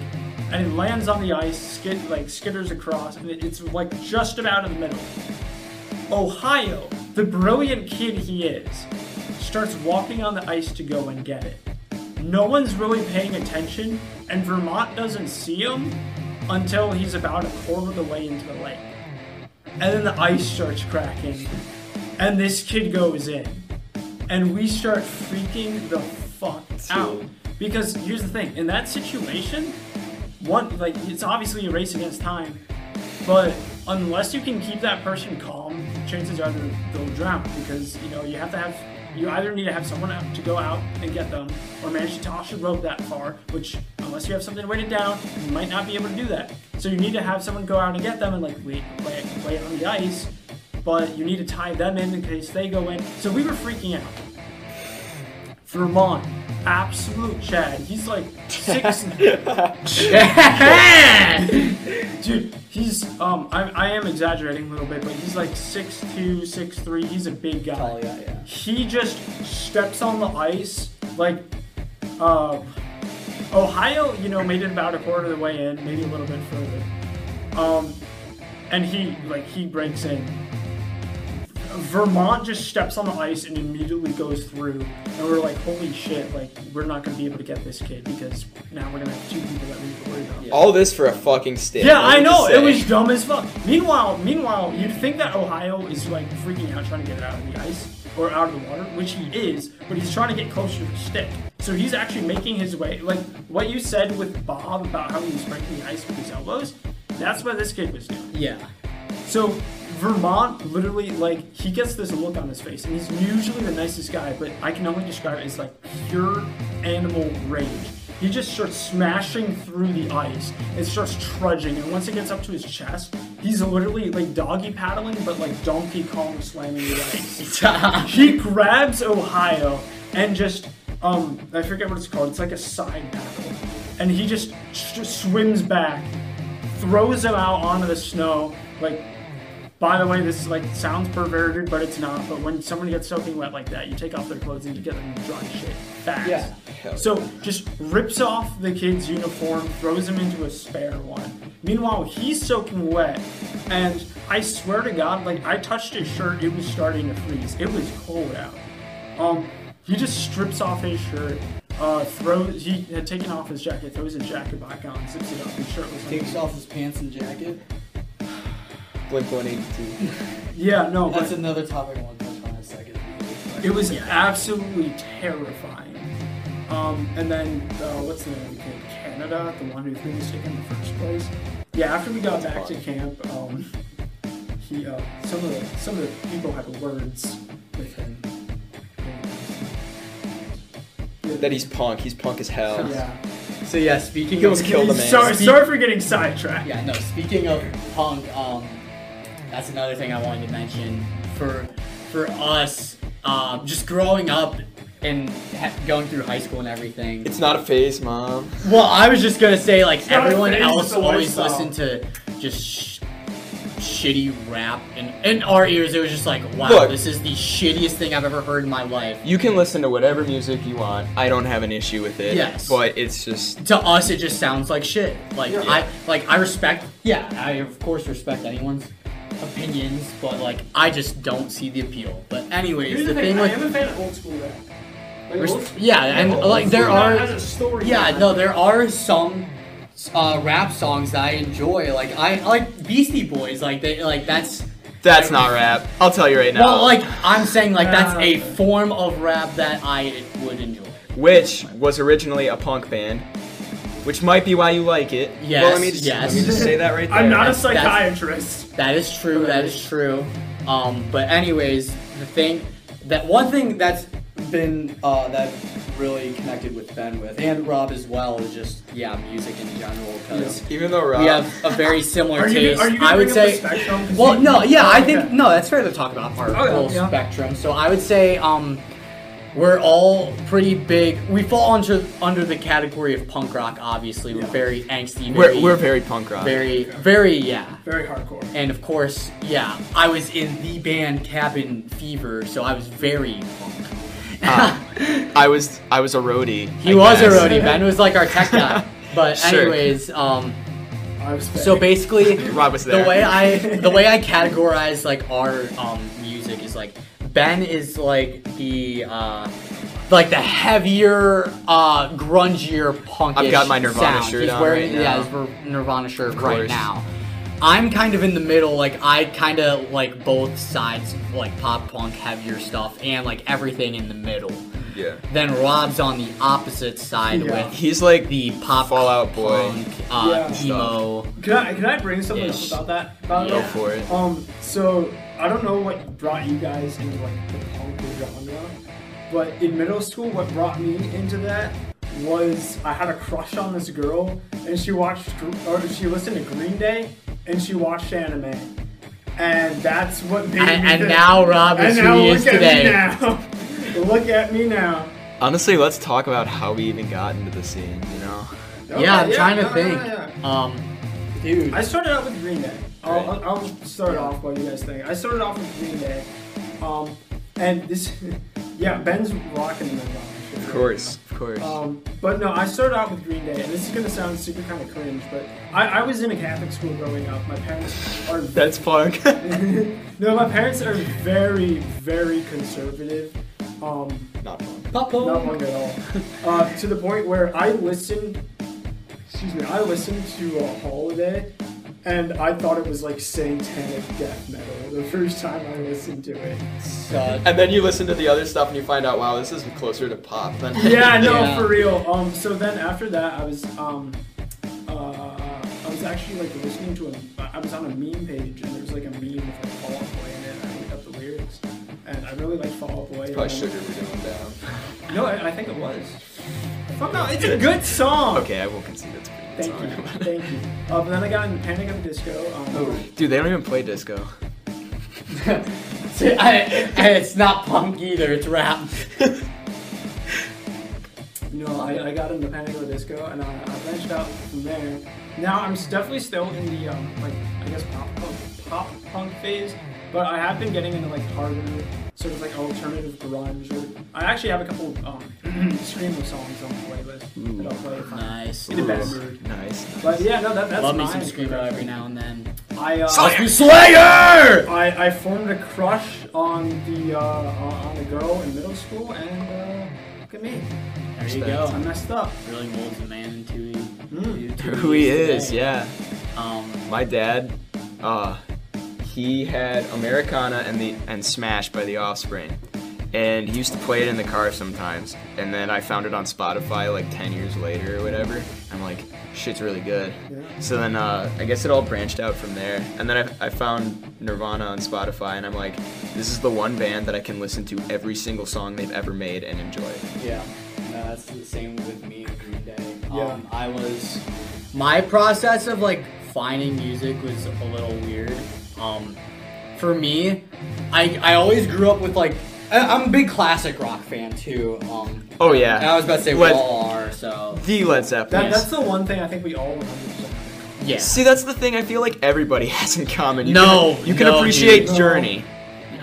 S3: and it lands on the ice, skid like skitters across, and it- it's like just about in the middle. Ohio, the brilliant kid he is, starts walking on the ice to go and get it. No one's really paying attention, and Vermont doesn't see him until he's about a quarter of the way into the lake. And then the ice starts cracking, and this kid goes in. And we start freaking the fuck out. Because here's the thing in that situation, one, like, it's obviously a race against time, but unless you can keep that person calm, chances are they're- they'll drown because you know you have to have you either need to have someone out to go out and get them, or manage to toss your rope that far. Which unless you have something weighted down, you might not be able to do that. So you need to have someone go out and get them and like wait, wait, wait on the ice. But you need to tie them in in case they go in. So we were freaking out. Vermont, absolute Chad. He's like six. Dude, he's um, I, I am exaggerating a little bit, but he's like 6'2", 6'3". He's a big guy.
S5: Oh, yeah, yeah.
S3: He just steps on the ice like, uh, Ohio, you know, made it about a quarter of the way in, maybe a little bit further. Um, and he like he breaks in. Vermont just steps on the ice and immediately goes through, and we're like, holy shit! Like we're not gonna be able to get this kid because now we're gonna have two people that we need to worry about.
S5: All this for a fucking stick.
S3: Yeah,
S5: let
S3: I
S5: me
S3: know.
S5: just
S3: It was
S5: say.
S3: dumb as fuck. Meanwhile, meanwhile, you'd think that Ohio is like freaking out trying to get it out of the ice or out of the water, which he is, but he's trying to get closer to the stick. So he's actually making his way. Like what you said with Bob about how he was breaking the ice with his elbows, that's what this kid was doing.
S1: *laughs* Yeah.
S3: So Vermont literally like he gets this look on his face, and he's usually the nicest guy, but I can only describe it as like pure animal rage. He just starts smashing through the ice and starts trudging, and once it gets up to his chest, he's literally like doggy paddling, but like Donkey Kong slamming the ice he grabs Ohio and just um I forget what it's called. It's like a side paddle, and he just, just swims back, throws him out onto the snow. Like, by the way, this is like sounds perverted, but it's not. But when someone gets soaking wet like that, you take off their clothes and you get them in dry shit fast.
S5: Yeah. Hell
S3: So just rips off the kid's uniform, throws him into a spare one. Meanwhile, he's soaking wet, and I swear to God, like I touched his shirt, it was starting to freeze. It was cold out. Um, he just strips off his shirt, uh, throws. He had taken off his jacket, throws his jacket back on, zips it up. His shirt was
S5: Takes
S3: off.
S5: off-
S6: off his pants and jacket.
S5: Blink 182.
S3: Yeah, no,
S6: That's
S3: but
S6: another topic I want to touch on in a second.
S3: it was absolutely terrifying. Um, and then uh, what's the name of the kid? Canada, the one who threw the stick in the first place. Yeah, after we got back to camp, um, he uh, some of the some of the people had words with him.
S5: That he's punk. He's punk as hell.
S1: Oh.
S3: yeah.
S1: So yeah, speaking
S5: He was
S1: of
S5: killed a man.
S3: Sorry, sorry for getting sidetracked.
S1: Yeah, no, speaking of punk, um, that's another thing I wanted to mention for for us, um, just growing up and ha- going through high school and everything.
S5: It's not a phase, mom.
S1: Well, I was just gonna say, like
S3: not a
S1: everyone
S3: phase,
S1: else
S3: it's a
S1: always
S3: lifestyle.
S1: listened to just sh- shitty rap, and in our ears, it was just like, wow,
S2: Look.
S1: this is the shittiest thing I've ever heard in my life.
S2: You can listen to whatever music you want. I don't have an issue with it.
S1: Yes.
S2: But it's just
S1: To us, it just sounds like shit. Like I, like I respect. Yeah, I of course respect anyone's opinions, but like I just don't see the appeal. But anyways,
S3: Here's
S1: the thing
S3: I am
S1: with
S3: a fan of old school rap. Like,
S1: res-
S3: old school
S1: yeah, and
S3: old
S1: like
S3: school
S1: there
S3: rap
S1: are
S3: has a story.
S1: Yeah,
S3: behind
S1: no,
S3: it.
S1: there are some uh, rap songs that I enjoy. Like I like Beastie Boys. Like they like that's
S2: that's not rap. I'll tell you right now.
S1: well, like I'm saying, like that's
S3: Ah,
S1: a
S3: okay.
S1: form of rap that I would enjoy.
S2: which was originally a punk band, which might be why you like it.
S1: Yes,
S2: Well, let me just,
S1: yes,
S2: let me just say that right there.
S3: I'm not a
S1: that's- that's-
S3: psychiatrist.
S1: that is true. That is true. Um, but anyways, the thing that one thing that's
S6: Been uh, that really connected with Ben with, and Rob as well, is just yeah, music in general. Because
S5: Even though Rob,
S1: we have a very similar
S3: Are you,
S1: taste.
S3: are you gonna
S1: I would
S3: bring up the
S1: say.
S3: spectrum? 'Cause
S1: Well,
S3: you-
S1: no, yeah, I
S3: Okay.
S1: think no, that's fair to talk about our
S3: Oh, yeah,
S1: whole
S3: yeah.
S1: spectrum. So I would say um, we're all pretty big. We fall under under the category of punk rock. Obviously, we're very angsty. Very,
S4: We're, we're very punk rock.
S1: very, very, yeah.
S3: Very hardcore.
S1: And of course, yeah, I was in the band Cabin Fever, so I was very punk.
S2: Ah,
S1: *laughs*
S2: I was I was a roadie.
S1: He
S2: I
S1: was
S2: guess.
S1: a roadie. Ben was like our tech
S2: *laughs*
S1: guy. But
S2: Sure.
S1: anyways, um,
S3: I was
S1: so
S3: fake.
S1: basically,
S2: Rob was there.
S1: The way I the way
S2: *laughs*
S1: I categorize like our um music is like Ben is like the uh like the heavier uh grungier punk.
S2: got my Nirvana
S1: sound.
S2: shirt
S1: he's
S2: on
S1: wearing,
S2: right
S1: yeah,
S2: now.
S1: his Nir- Nirvana shirt right
S2: course.
S1: now. I'm kind of in the middle, like I kind of like both sides, like pop punk heavier stuff, and like everything in the middle.
S2: Yeah.
S1: Then Rob's on the opposite side
S3: Yeah.
S1: with
S2: He's like
S1: the pop
S2: Fallout Boy.
S1: punk, uh,
S3: Yeah.
S1: emo.
S3: Can I, can I bring something up
S1: Ish.
S3: about that? About
S1: Go
S3: that?
S2: for it.
S3: Um, so I don't know what brought you guys into like the punk genre, but in middle school, what brought me into that was I had a crush on this girl, and she watched Gr- or she listened to Green Day, and she watched anime, and that's what made
S1: And,
S3: me.
S1: and
S3: think-
S1: now Rob is
S3: and now
S1: who he
S3: look
S1: is
S3: at me
S1: today.
S3: now. *laughs* look at me now.
S2: Honestly, let's talk about how we even got into the scene. You know,
S3: Okay,
S1: Yeah, I'm trying to
S3: no, no,
S1: think.
S3: no, yeah.
S1: Um,
S6: dude,
S3: I started out with Green Day. I'll,
S2: Right.
S3: I'll- I'll start off while you guys think. I started off with Green Day, um, and this, *laughs* yeah, Ben's rocking the Nirvana. shit.
S2: of course, of course.
S1: Oh,
S3: Um, but no, I started out with Green Day, and this is gonna sound super kind of cringe, but I, I was in a Catholic school growing up. My parents are
S2: That's punk.
S3: no, my parents are very, very conservative. Um,
S5: *laughs* not fun.
S3: not long at all. Uh, to the point where I listened, excuse me, I listened to uh, Holiday, and I thought it was like satanic death metal the first time I listened to it.
S1: so-
S5: And then you listen to the other stuff and you find out, wow, this is closer to pop than.
S3: *laughs* Yeah, no,
S1: Yeah.
S3: for real. Um, so then after that, I was um, uh, I was actually like listening to a, I was on a meme page, and there was like a meme with like Fall Out Boy in it. and I looked up the lyrics, and I really like Fall Out Boy.
S5: *laughs* Probably
S3: and-
S5: sugar we're going down.
S3: No, I, I think it was. Fuck no, it's a good song.
S2: okay, I will concede that's a pretty
S3: Thank
S2: good
S3: you,
S2: song.
S3: thank you. Uh, but then I got in Panic at the Disco. Um,
S1: Oh.
S2: *laughs* Dude, they don't even play disco.
S1: See, *laughs* I- and it's not punk either. It's
S3: *laughs*
S1: rap.
S3: No, I, I got into Panic at the Disco, and I, I branched out from there. Now I'm s- definitely still in the um, like I guess pop punk, pop punk phase, but I have been getting into like harder, sort of like alternative grunge. Or, I actually have a couple um, *clears throat* screamo songs on the playlist that I'll play. if I'm
S1: Nice.
S3: In a bad mood.
S2: Nice.
S3: But yeah, no, that, that's
S1: Love me
S3: mine.
S1: some screamo every now and then.
S3: I uh,
S1: Must be Slayer.
S3: I, I formed a crush on the uh, on on the girl in middle school, and uh, look at me,
S1: There you go.
S3: I messed up.
S1: Really molds a man into who he-
S3: Mm.
S1: to
S2: Who he
S1: today.
S2: is, yeah.
S1: Um,
S2: My dad, uh, he had Americana and the and Smash by The Offspring, and he used to play it in the car sometimes. And then I found it on Spotify like 10 years later or whatever. I'm like, shit's really good. So then uh, I guess it all branched out from there. And then I, I found Nirvana on Spotify, and I'm like, this is the one band that I can listen to every single song they've ever made and enjoy.
S6: yeah, no, that's the same with me and Green Day.
S3: Yeah.
S6: Um, I was
S1: my process of like finding music was a little weird. Um, for me, I I always grew up with like I, I'm a big classic rock fan too. Um,
S2: Oh
S1: and I
S2: yeah,
S1: was about to say
S2: What-
S1: we all are. So
S2: the Led
S3: That,
S2: Zeppelin.
S3: That's the one thing I think we all 100% have.
S1: yeah.
S2: See, that's the thing. I feel like everybody *laughs* has in common. You
S1: No,
S2: can, you can
S1: no,
S2: appreciate
S3: dude.
S2: Journey.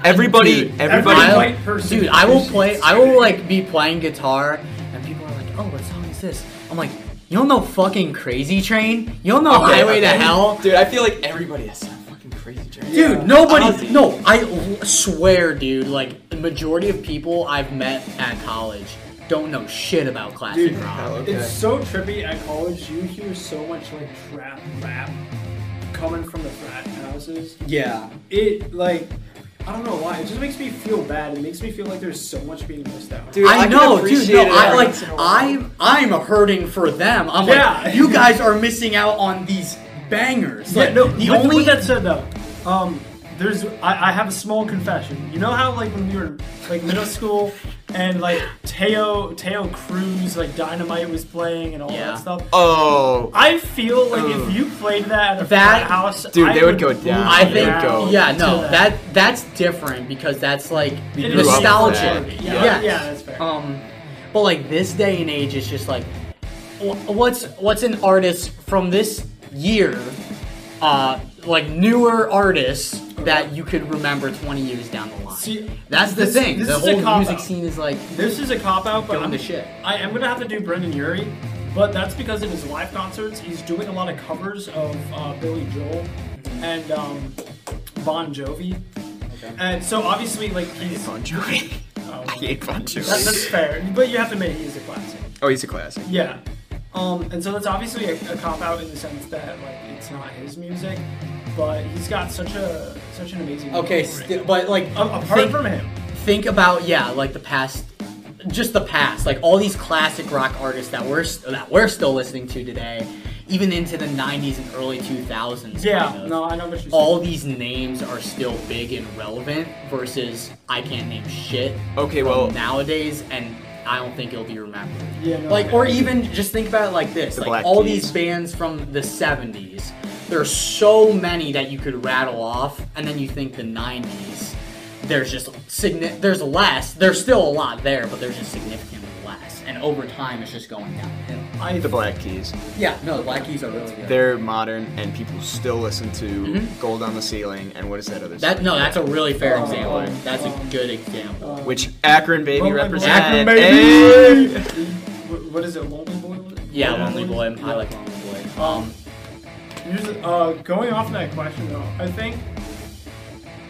S2: Everybody,
S1: Dude,
S2: everybody.
S3: Every
S1: I'll-
S3: white person
S1: Dude, I will
S3: appreciates
S1: play. I will like be playing guitar, and people are like, "Oh, what song is this?" I'm like, "You don't know fucking Crazy Train? You don't know
S2: Okay,
S1: Highway to
S2: okay.
S1: Hell?"
S5: Dude, I feel like everybody has some fucking crazy journey.
S1: Dude,
S3: Yeah.
S1: nobody. No, I l- swear, dude. Like the majority of people I've met at college don't know shit about classic
S3: Dude,
S1: rock.
S3: It's so trippy at college. You hear so much like trap rap coming from the frat houses.
S6: yeah,
S3: It like I don't know why. It just makes me feel bad. It makes me feel like there's so much being missed out.
S5: Dude, I
S1: I,
S5: can
S1: know, dude. No,
S5: appreciate it
S1: I
S5: every
S1: like.
S5: once in a while.
S1: I'm I'm hurting for them. I'm
S3: Yeah.
S1: like, you guys are missing out on these bangers.
S3: Yeah,
S1: Like,
S3: no,
S1: the
S3: with-
S1: only
S3: with that said though, um, there's I, I have a small confession. You know how like when we were like middle school and like Teo Teo Cruz like Dynamite was playing and all
S1: Yeah.
S3: that stuff.
S2: Oh,
S3: I feel like
S2: Ugh.
S3: if you played that at a
S1: That-
S3: frat house,
S2: Dude,
S3: I
S2: they would go down.
S1: I
S2: Yeah,
S1: think,
S2: it would go
S1: yeah,
S3: to
S1: no, that that's different because that's like
S3: It
S2: grew up with
S1: nostalgia.
S2: that.
S3: Yeah,
S1: Yes.
S3: yeah, that's fair.
S1: Um, but like this day and age, it's just like, wh- what's what's an artist from this year, uh, like newer artists that you could remember 20 years down the line.
S3: See,
S1: that's the
S3: this-
S1: thing.
S3: this
S1: The
S3: is a
S1: whole music
S3: cop-out.
S1: scene is like
S3: This is a cop out, but
S1: going
S3: I'm,
S1: to shit.
S3: I am gonna have to do Brendan Urie, but that's because in his live concerts he's doing a lot of covers of uh, Billy Joel and um, Bon Jovi, and so obviously like he's
S2: Bon Jovi. *laughs*
S3: oh,
S2: I hate Bon Jovi.
S3: that, that's fair, but you have to admit he is a classic.
S2: oh, he's a classic.
S3: Yeah. Um, and so that's obviously a, a cop out in the sense that like it's not his music, but he's got such a such an amazing.
S1: Okay,
S3: vocal range.
S1: sti- but like
S3: A- apart
S1: think-
S3: from him,
S1: think about yeah like the past just the past like all these classic rock artists that we're st- that we're still listening to today even into the 90s and early 2000s kind
S3: yeah,
S1: of.
S3: no, I know what you're
S1: all these names are still big and relevant versus i can't name shit
S2: Okay,
S1: from
S2: well,
S1: nowadays and i don't think it'll be remembered
S3: Yeah, no,
S1: like
S3: I-
S1: or even just think about it like this
S2: The
S1: like
S2: Black
S1: all
S2: Keys.
S1: these bands from the 70s there's so many that you could rattle off and then you think the 90s there's just signi- there's less there's still a lot there but there's just significantly less and over time it's just going downhill
S3: I
S2: the Black Keys.
S1: yeah no the black keys are really good
S2: They're modern, and people still listen to Gold on the Ceiling, and what is that other
S1: Mm-hmm. that
S2: song?
S1: no that's a really fair
S3: Oh,
S1: example
S3: um,
S1: that's a
S3: um,
S1: good example
S3: um,
S2: Which Akron Baby
S3: Lonely Boy-
S2: represents.
S1: Akron
S2: Baby!
S3: Wh- what is it, Lonely Boy?
S1: yeah lonely boy i like lonely boy um
S3: Here's the- uh, going off that question though, I think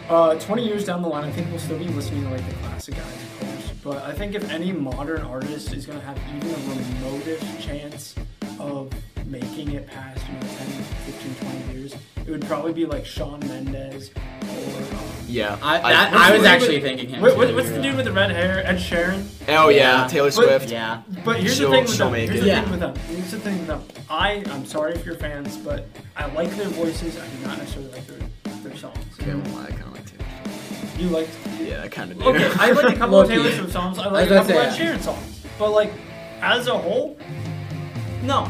S3: uh, 20 years down the line, I think we'll still be listening to like the classic guys, of course. But I think if any modern artist is gonna have even a remotest chance of making it past you know, 10, 15, 20 years, it would probably be like Sean Mendez or. Um,
S2: Yeah.
S1: i that, I, was actually thinking him
S3: What,
S1: too,
S3: what, what's the
S1: yeah.
S3: dude with the red hair? Ed Sharon.
S2: Oh, yeah,
S1: Yeah.
S2: Taylor
S3: But-
S2: Swift.
S1: yeah
S3: But here's
S2: She'll-
S3: the thing with
S2: she'll
S3: them.
S2: make
S3: Here's
S2: it.
S3: the
S1: Yeah.
S3: thing with them. Here's the thing with them. I I'm sorry if you're fans, but I like their voices. I do not necessarily like their, their songs.
S2: Okay, I won't lie, I kind of like Taylor Swift.
S3: You liked
S2: Yeah, I kind of do.
S3: okay.
S2: *laughs*
S3: I liked a couple
S1: Look,
S3: of Taylor
S1: yeah.
S3: Swift songs. I
S1: was
S3: liked a
S1: gonna
S3: couple of
S1: say,
S3: Sharon songs. But like, as a whole, no,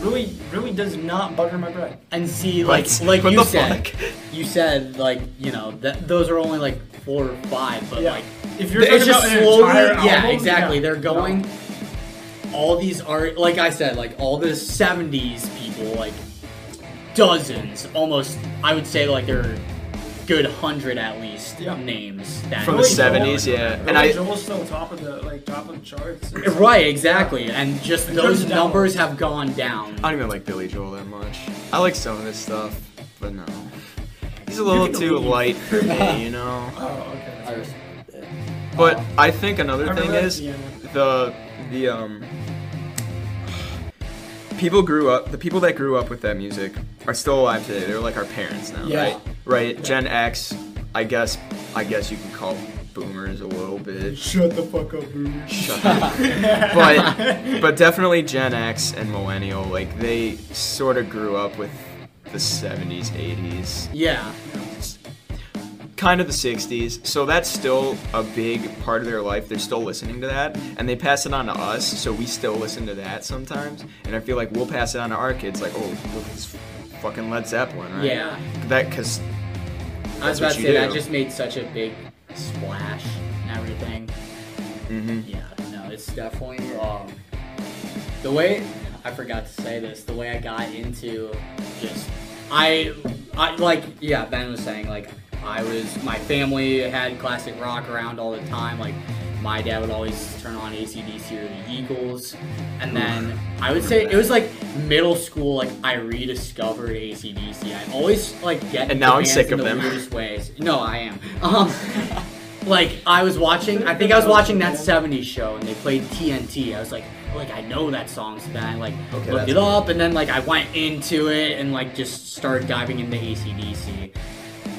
S3: really, really does not butter my bread.
S1: and see like
S2: Right.
S1: like
S2: What
S1: you
S2: the
S1: said
S2: fuck?
S1: you said like you know that those are only like four or five but
S3: Yeah.
S1: like
S3: If you're
S1: it's
S3: talking
S1: just
S3: about an
S1: slowly
S3: entire album,
S1: yeah exactly
S3: yeah.
S1: they're
S3: No.
S1: going all these are like i said like all the 70s people like dozens almost i would say like there are good hundred at least
S3: Yeah.
S1: names that
S2: From the
S3: Billy
S1: people-
S3: Joel.
S2: 70s, yeah.
S3: Billy
S2: And I,
S3: Joel's still top of the like top of the charts. It's-
S1: right exactly and just
S3: In terms
S1: those
S3: of
S1: numbers
S3: downloads.
S1: have gone down
S2: I don't even like Billy Joel that much. I like some of his stuff, but no. He's a little
S3: can
S2: too
S3: leave.
S2: light for me, you know?
S3: Oh, okay.
S6: I was-
S2: But I think another
S3: I
S2: thing
S3: remember
S2: is
S3: Vienna.
S2: the the um people grew up the people that grew up with that music are still alive today. They're like our parents now,
S6: Yeah.
S2: right? Right? Gen X, I guess I guess you can call boomers a little bit.
S3: Shut the fuck up, boomer.
S2: Shut up. *laughs* but but definitely Gen X and millennial, like they sort of grew up with the 70s, 80s,
S1: yeah
S2: kind of the 60s so that's still a big part of their life they're still listening to that and they pass it on to us so we still listen to that sometimes and i feel like we'll pass it on to our kids like oh look at this fucking led zeppelin right
S1: Yeah.
S2: that because
S1: I was
S2: That's
S1: about
S2: what
S1: to
S2: you
S1: say that
S2: do.
S1: just made such a big splash and everything.
S2: Mhm.
S1: Yeah, no, it's definitely um, the way I forgot to say this. The way I got into just I I like yeah Ben was saying like I was my family had classic rock around all the time like. My dad would always turn on ACDC or the Eagles. And then I would say it was like middle school, like I rediscovered ACDC. I always like get
S2: And now
S1: the
S2: I'm
S1: bands
S2: sick
S1: in
S2: of
S1: the
S2: them.
S1: weirdest ways. No, I am. *laughs* Um, like I was watching, I think I was watching that '70s show, and they played TNT. I was like, like I know that song's bad. Like
S2: Okay,
S1: looked
S2: that's
S1: it up, and then like I went into it and like just started diving into ACDC,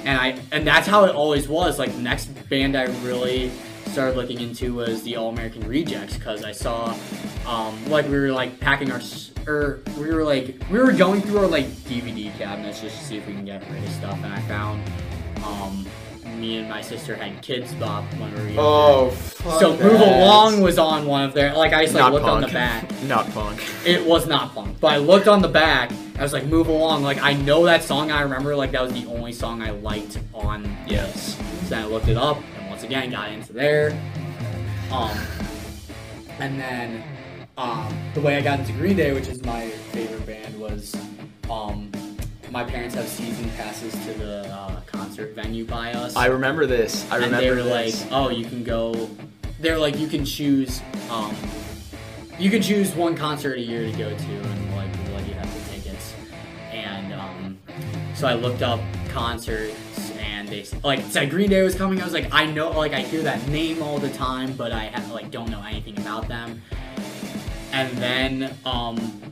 S1: and I and that's how it always was. Like the next band I really started looking into was the All American Rejects because I saw, um, like we were like packing our. s- Or we were like we were going through our like DVD cabinets just to see if we can get rid of stuff, and I found um, me and my sister had Kids Bop when we were younger.
S5: Oh, fuck
S1: so
S5: that.
S1: Move Along was on one of their. Like I just like
S2: Not
S1: looked on
S2: punk.
S1: the back.
S2: *laughs* Not punk.
S1: It was not punk, but I looked on the back. I was like, "Move Along." Like I know that song. I remember like that was the only song I liked on.
S2: Yes.
S1: So then I looked it up, and once again got into there. Um, and then um, the way I got into Green Day, which is my favorite band, was um, my parents have season passes to the uh, concert venue by us.
S2: I remember this. I
S1: and
S2: remember
S1: they were
S2: this.
S1: like, "Oh, you can go." They're like, "You can choose, um, you can choose one concert a year to go to, and like, we'll let you have the tickets." And um, so I looked up concerts, and they s- like said Green Day was coming. I was like, "I know, like, I hear that name all the time, but I ha- like don't know anything about them." And then um,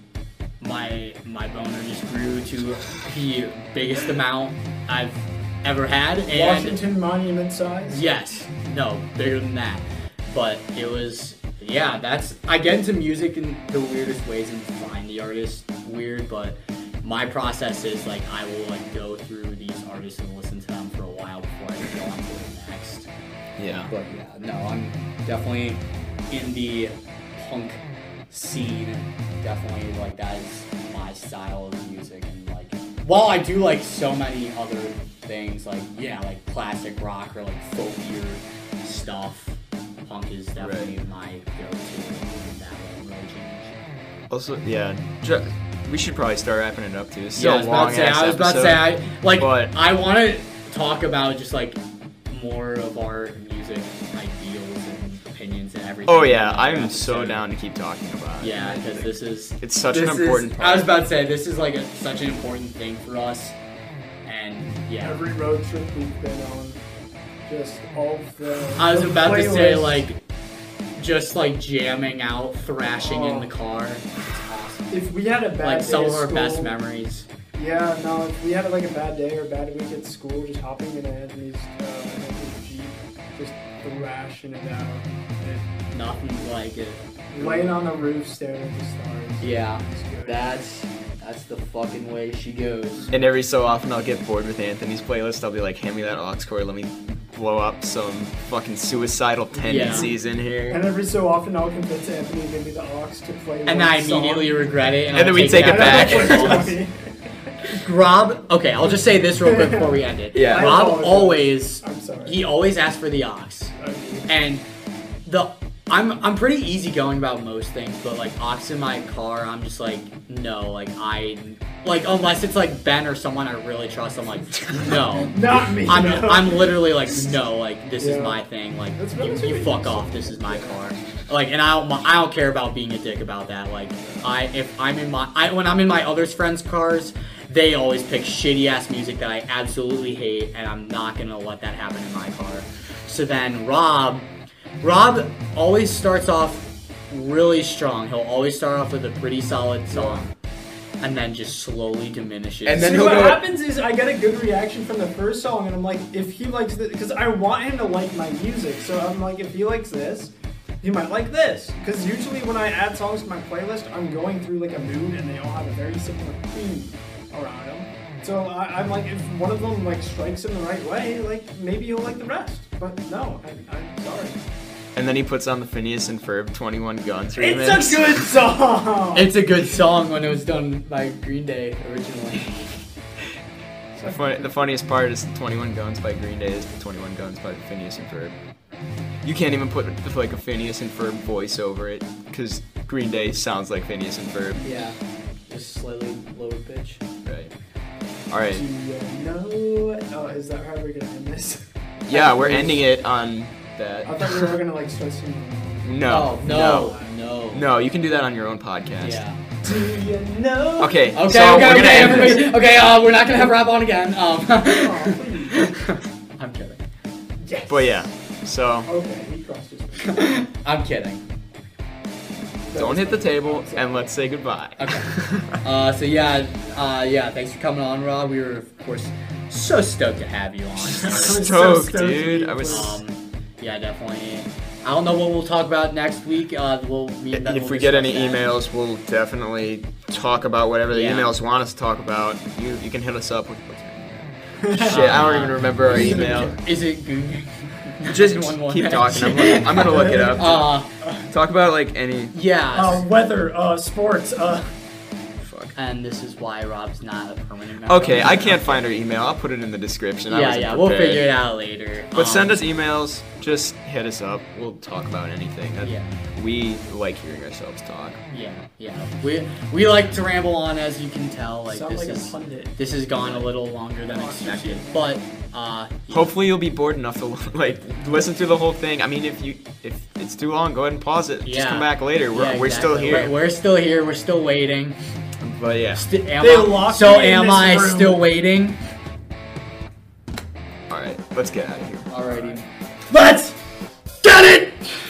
S1: my my boner just grew to the biggest amount I've ever had, and
S3: Washington Monument size.
S1: Yes. No, bigger than that. But it was yeah, that's I get into music in the weirdest ways and find the artist weird, but my process is like I will like go through these artists and listen to them for a while before I go on to the next.
S2: yeah.
S1: But yeah, no, I'm definitely in the punk scene. Definitely like that is my style of music and like while I do like so many other things like yeah, like classic rock or like folkier stuff, punk is definitely my go-to in that way, really change.
S2: Also, yeah. Ju- we should probably start wrapping it up too. It's
S1: yeah, I was
S2: so long
S1: about to say,
S2: ass
S1: I was about to
S2: episode.
S1: say, I like,
S2: but-
S1: I want to talk about just like more of our music ideals and opinions and everything.
S2: Oh yeah,
S1: in that
S2: I'm so
S1: episode.
S2: down to keep talking about. it.
S1: Yeah, because this is
S2: It's such
S1: this
S2: an
S1: is-
S2: important
S1: I
S2: part.
S1: was about to say this is like a, such an important thing for us, and yeah,
S3: Every road trip we've been on, just all of the.
S1: I was
S3: the
S1: about to say
S3: playlist.
S1: like just like jamming out, thrashing in
S3: Oh.
S1: the car. It's awesome.
S3: If we had a bad
S1: Like
S3: day
S1: some
S3: at
S1: of our best
S3: school-
S1: memories.
S3: Yeah, no, if we had like a bad day or a bad week at school, just hopping in Anthony's, uh, Anthony's Jeep, just thrashing it out. and
S1: Nothing like it.
S3: Laying on the roof, staring at the stars.
S6: Yeah,
S3: It's good.
S6: that's that's the fucking way she goes.
S2: And every so often, I'll get bored with Anthony's playlist. I'll be like, hand me that aux cord. Let me blow up some fucking suicidal tendencies in here.
S3: And every so often, I'll convince Anthony to give me the aux to play.
S1: And
S3: one
S1: then I
S3: song.
S1: immediately regret it. And,
S2: And
S1: I'll
S2: then we take
S1: it
S2: it back.
S1: out. *laughs*
S3: *laughs*
S1: Rob, okay, I'll just say this real quick before we end it.
S2: Yeah.
S1: Rob always,
S3: I'm sorry.
S1: he always asks for the ox, and the I'm I'm pretty easygoing about most things, but like ox in my car, I'm just like no, like I like unless it's like Ben or someone I really trust, I'm like no.
S3: Not me.
S1: I'm,
S2: *laughs*
S3: no.
S1: I'm literally like no like this is
S3: Yeah.
S1: my thing like
S3: That's
S1: you,
S3: really
S1: you fuck off this is my car like and I don't mi- I don't care about being a dick about that like I if I'm in my I when I'm in my other friends cars they always pick shitty ass music that I absolutely hate and I'm not gonna let that happen in my car so then Rob Rob always starts off really strong he'll always start off with a pretty solid song and then just slowly diminishes
S2: And then
S3: See,
S2: he'll
S3: what
S2: go-
S3: happens is I get a good reaction from the first song, and I'm like, if he likes this, because I want him to like my music, so I'm like, if he likes this, he might like this. Because usually when I add songs to my playlist, I'm going through like a mood, and they all have a very similar theme around them. So I, I'm like, if one of them like strikes him the right way, like maybe he'll like the rest. But no, I, I'm sorry.
S2: And then he puts on the Phineas and Ferb 21 Guns remix.
S3: It's a good song.
S1: it's a good song when it was done by Green Day originally.
S2: The fun- the funniest part is 21 Guns by Green Day is 21 Guns by Phineas and Ferb. You can't even put like a Phineas and Ferb voice over it because Green Day sounds like Phineas and Ferb.
S6: Yeah, just slightly lower pitch.
S2: Right. All right.
S3: Do you know? Oh, is that how we're gonna end this?
S2: Yeah, we're ending it on
S3: I
S2: that.
S3: thought we were gonna like start singing.
S2: No.
S6: Oh,
S2: no.
S6: no.
S2: No. you can do that on your own podcast.
S6: Yeah.
S3: Do you know?
S2: Okay.
S1: Okay, okay,
S2: so we're gonna
S1: okay,
S2: end this.
S1: everybody. Okay, uh, we're not gonna have Rob on again. Um, *laughs*
S3: Aw, please.
S1: I'm kidding.
S3: Yes.
S2: But yeah. So
S3: Okay, he crossed his fingers.
S1: I'm kidding.
S2: don't hit the table and let's say goodbye. *laughs*
S1: Okay. Uh, so yeah, uh, yeah. Thanks for coming on, Rob. We were, of course, so stoked to have you on.
S3: was so
S2: Stoked,
S3: stoked to
S2: dude.
S3: be
S2: I was.
S1: um, yeah, definitely. I don't know what we'll talk about next week. Uh, we'll meet.
S2: If we get any emails, we'll definitely talk about whatever the
S1: Yeah.
S2: emails want us to talk about. You you can hit us up with.
S1: *laughs*
S2: Shit, I don't even remember our email.
S1: Is it Goon?
S2: Just
S1: One, one,
S2: keep
S1: one.
S2: talking. I'm gonna, I'm gonna look it up.
S1: Uh,
S2: Talk about like any.
S1: yeah.
S3: Uh, weather, uh, sports, uh,
S2: Fuck.
S1: and this is why Rob's not a permanent member.
S2: Okay, I can't find our email. I'll put it in the description. I
S1: Yeah,
S2: wasn't
S1: yeah, we'll
S2: prepared.
S1: figure it out Um, later.
S2: But send us emails. Just hit us up. We'll talk about anything. That-
S1: Yeah.
S2: We like hearing ourselves talk.
S1: Um, Yeah, yeah. We we like to ramble on, as you can tell. Like
S3: sound
S1: this
S3: like a
S1: is
S3: pundit.
S1: this has gone a little longer than expected, but uh, yeah.
S2: Hopefully you'll be bored enough to *laughs* like listen through the whole thing. I mean, if you if it's too long, go ahead and pause it. Just
S1: Yeah.
S2: come back later. We're,
S1: Yeah,
S2: we're still
S1: exactly.
S2: here.
S1: We're, we're still here. We're still waiting.
S2: But yeah.
S1: Sti- am
S3: They
S1: I-
S3: locked
S1: so
S3: me in
S1: am
S3: this
S1: I
S3: room.
S1: still waiting?
S2: All right. Let's get out of here.
S6: Alrighty.
S1: Let's get it.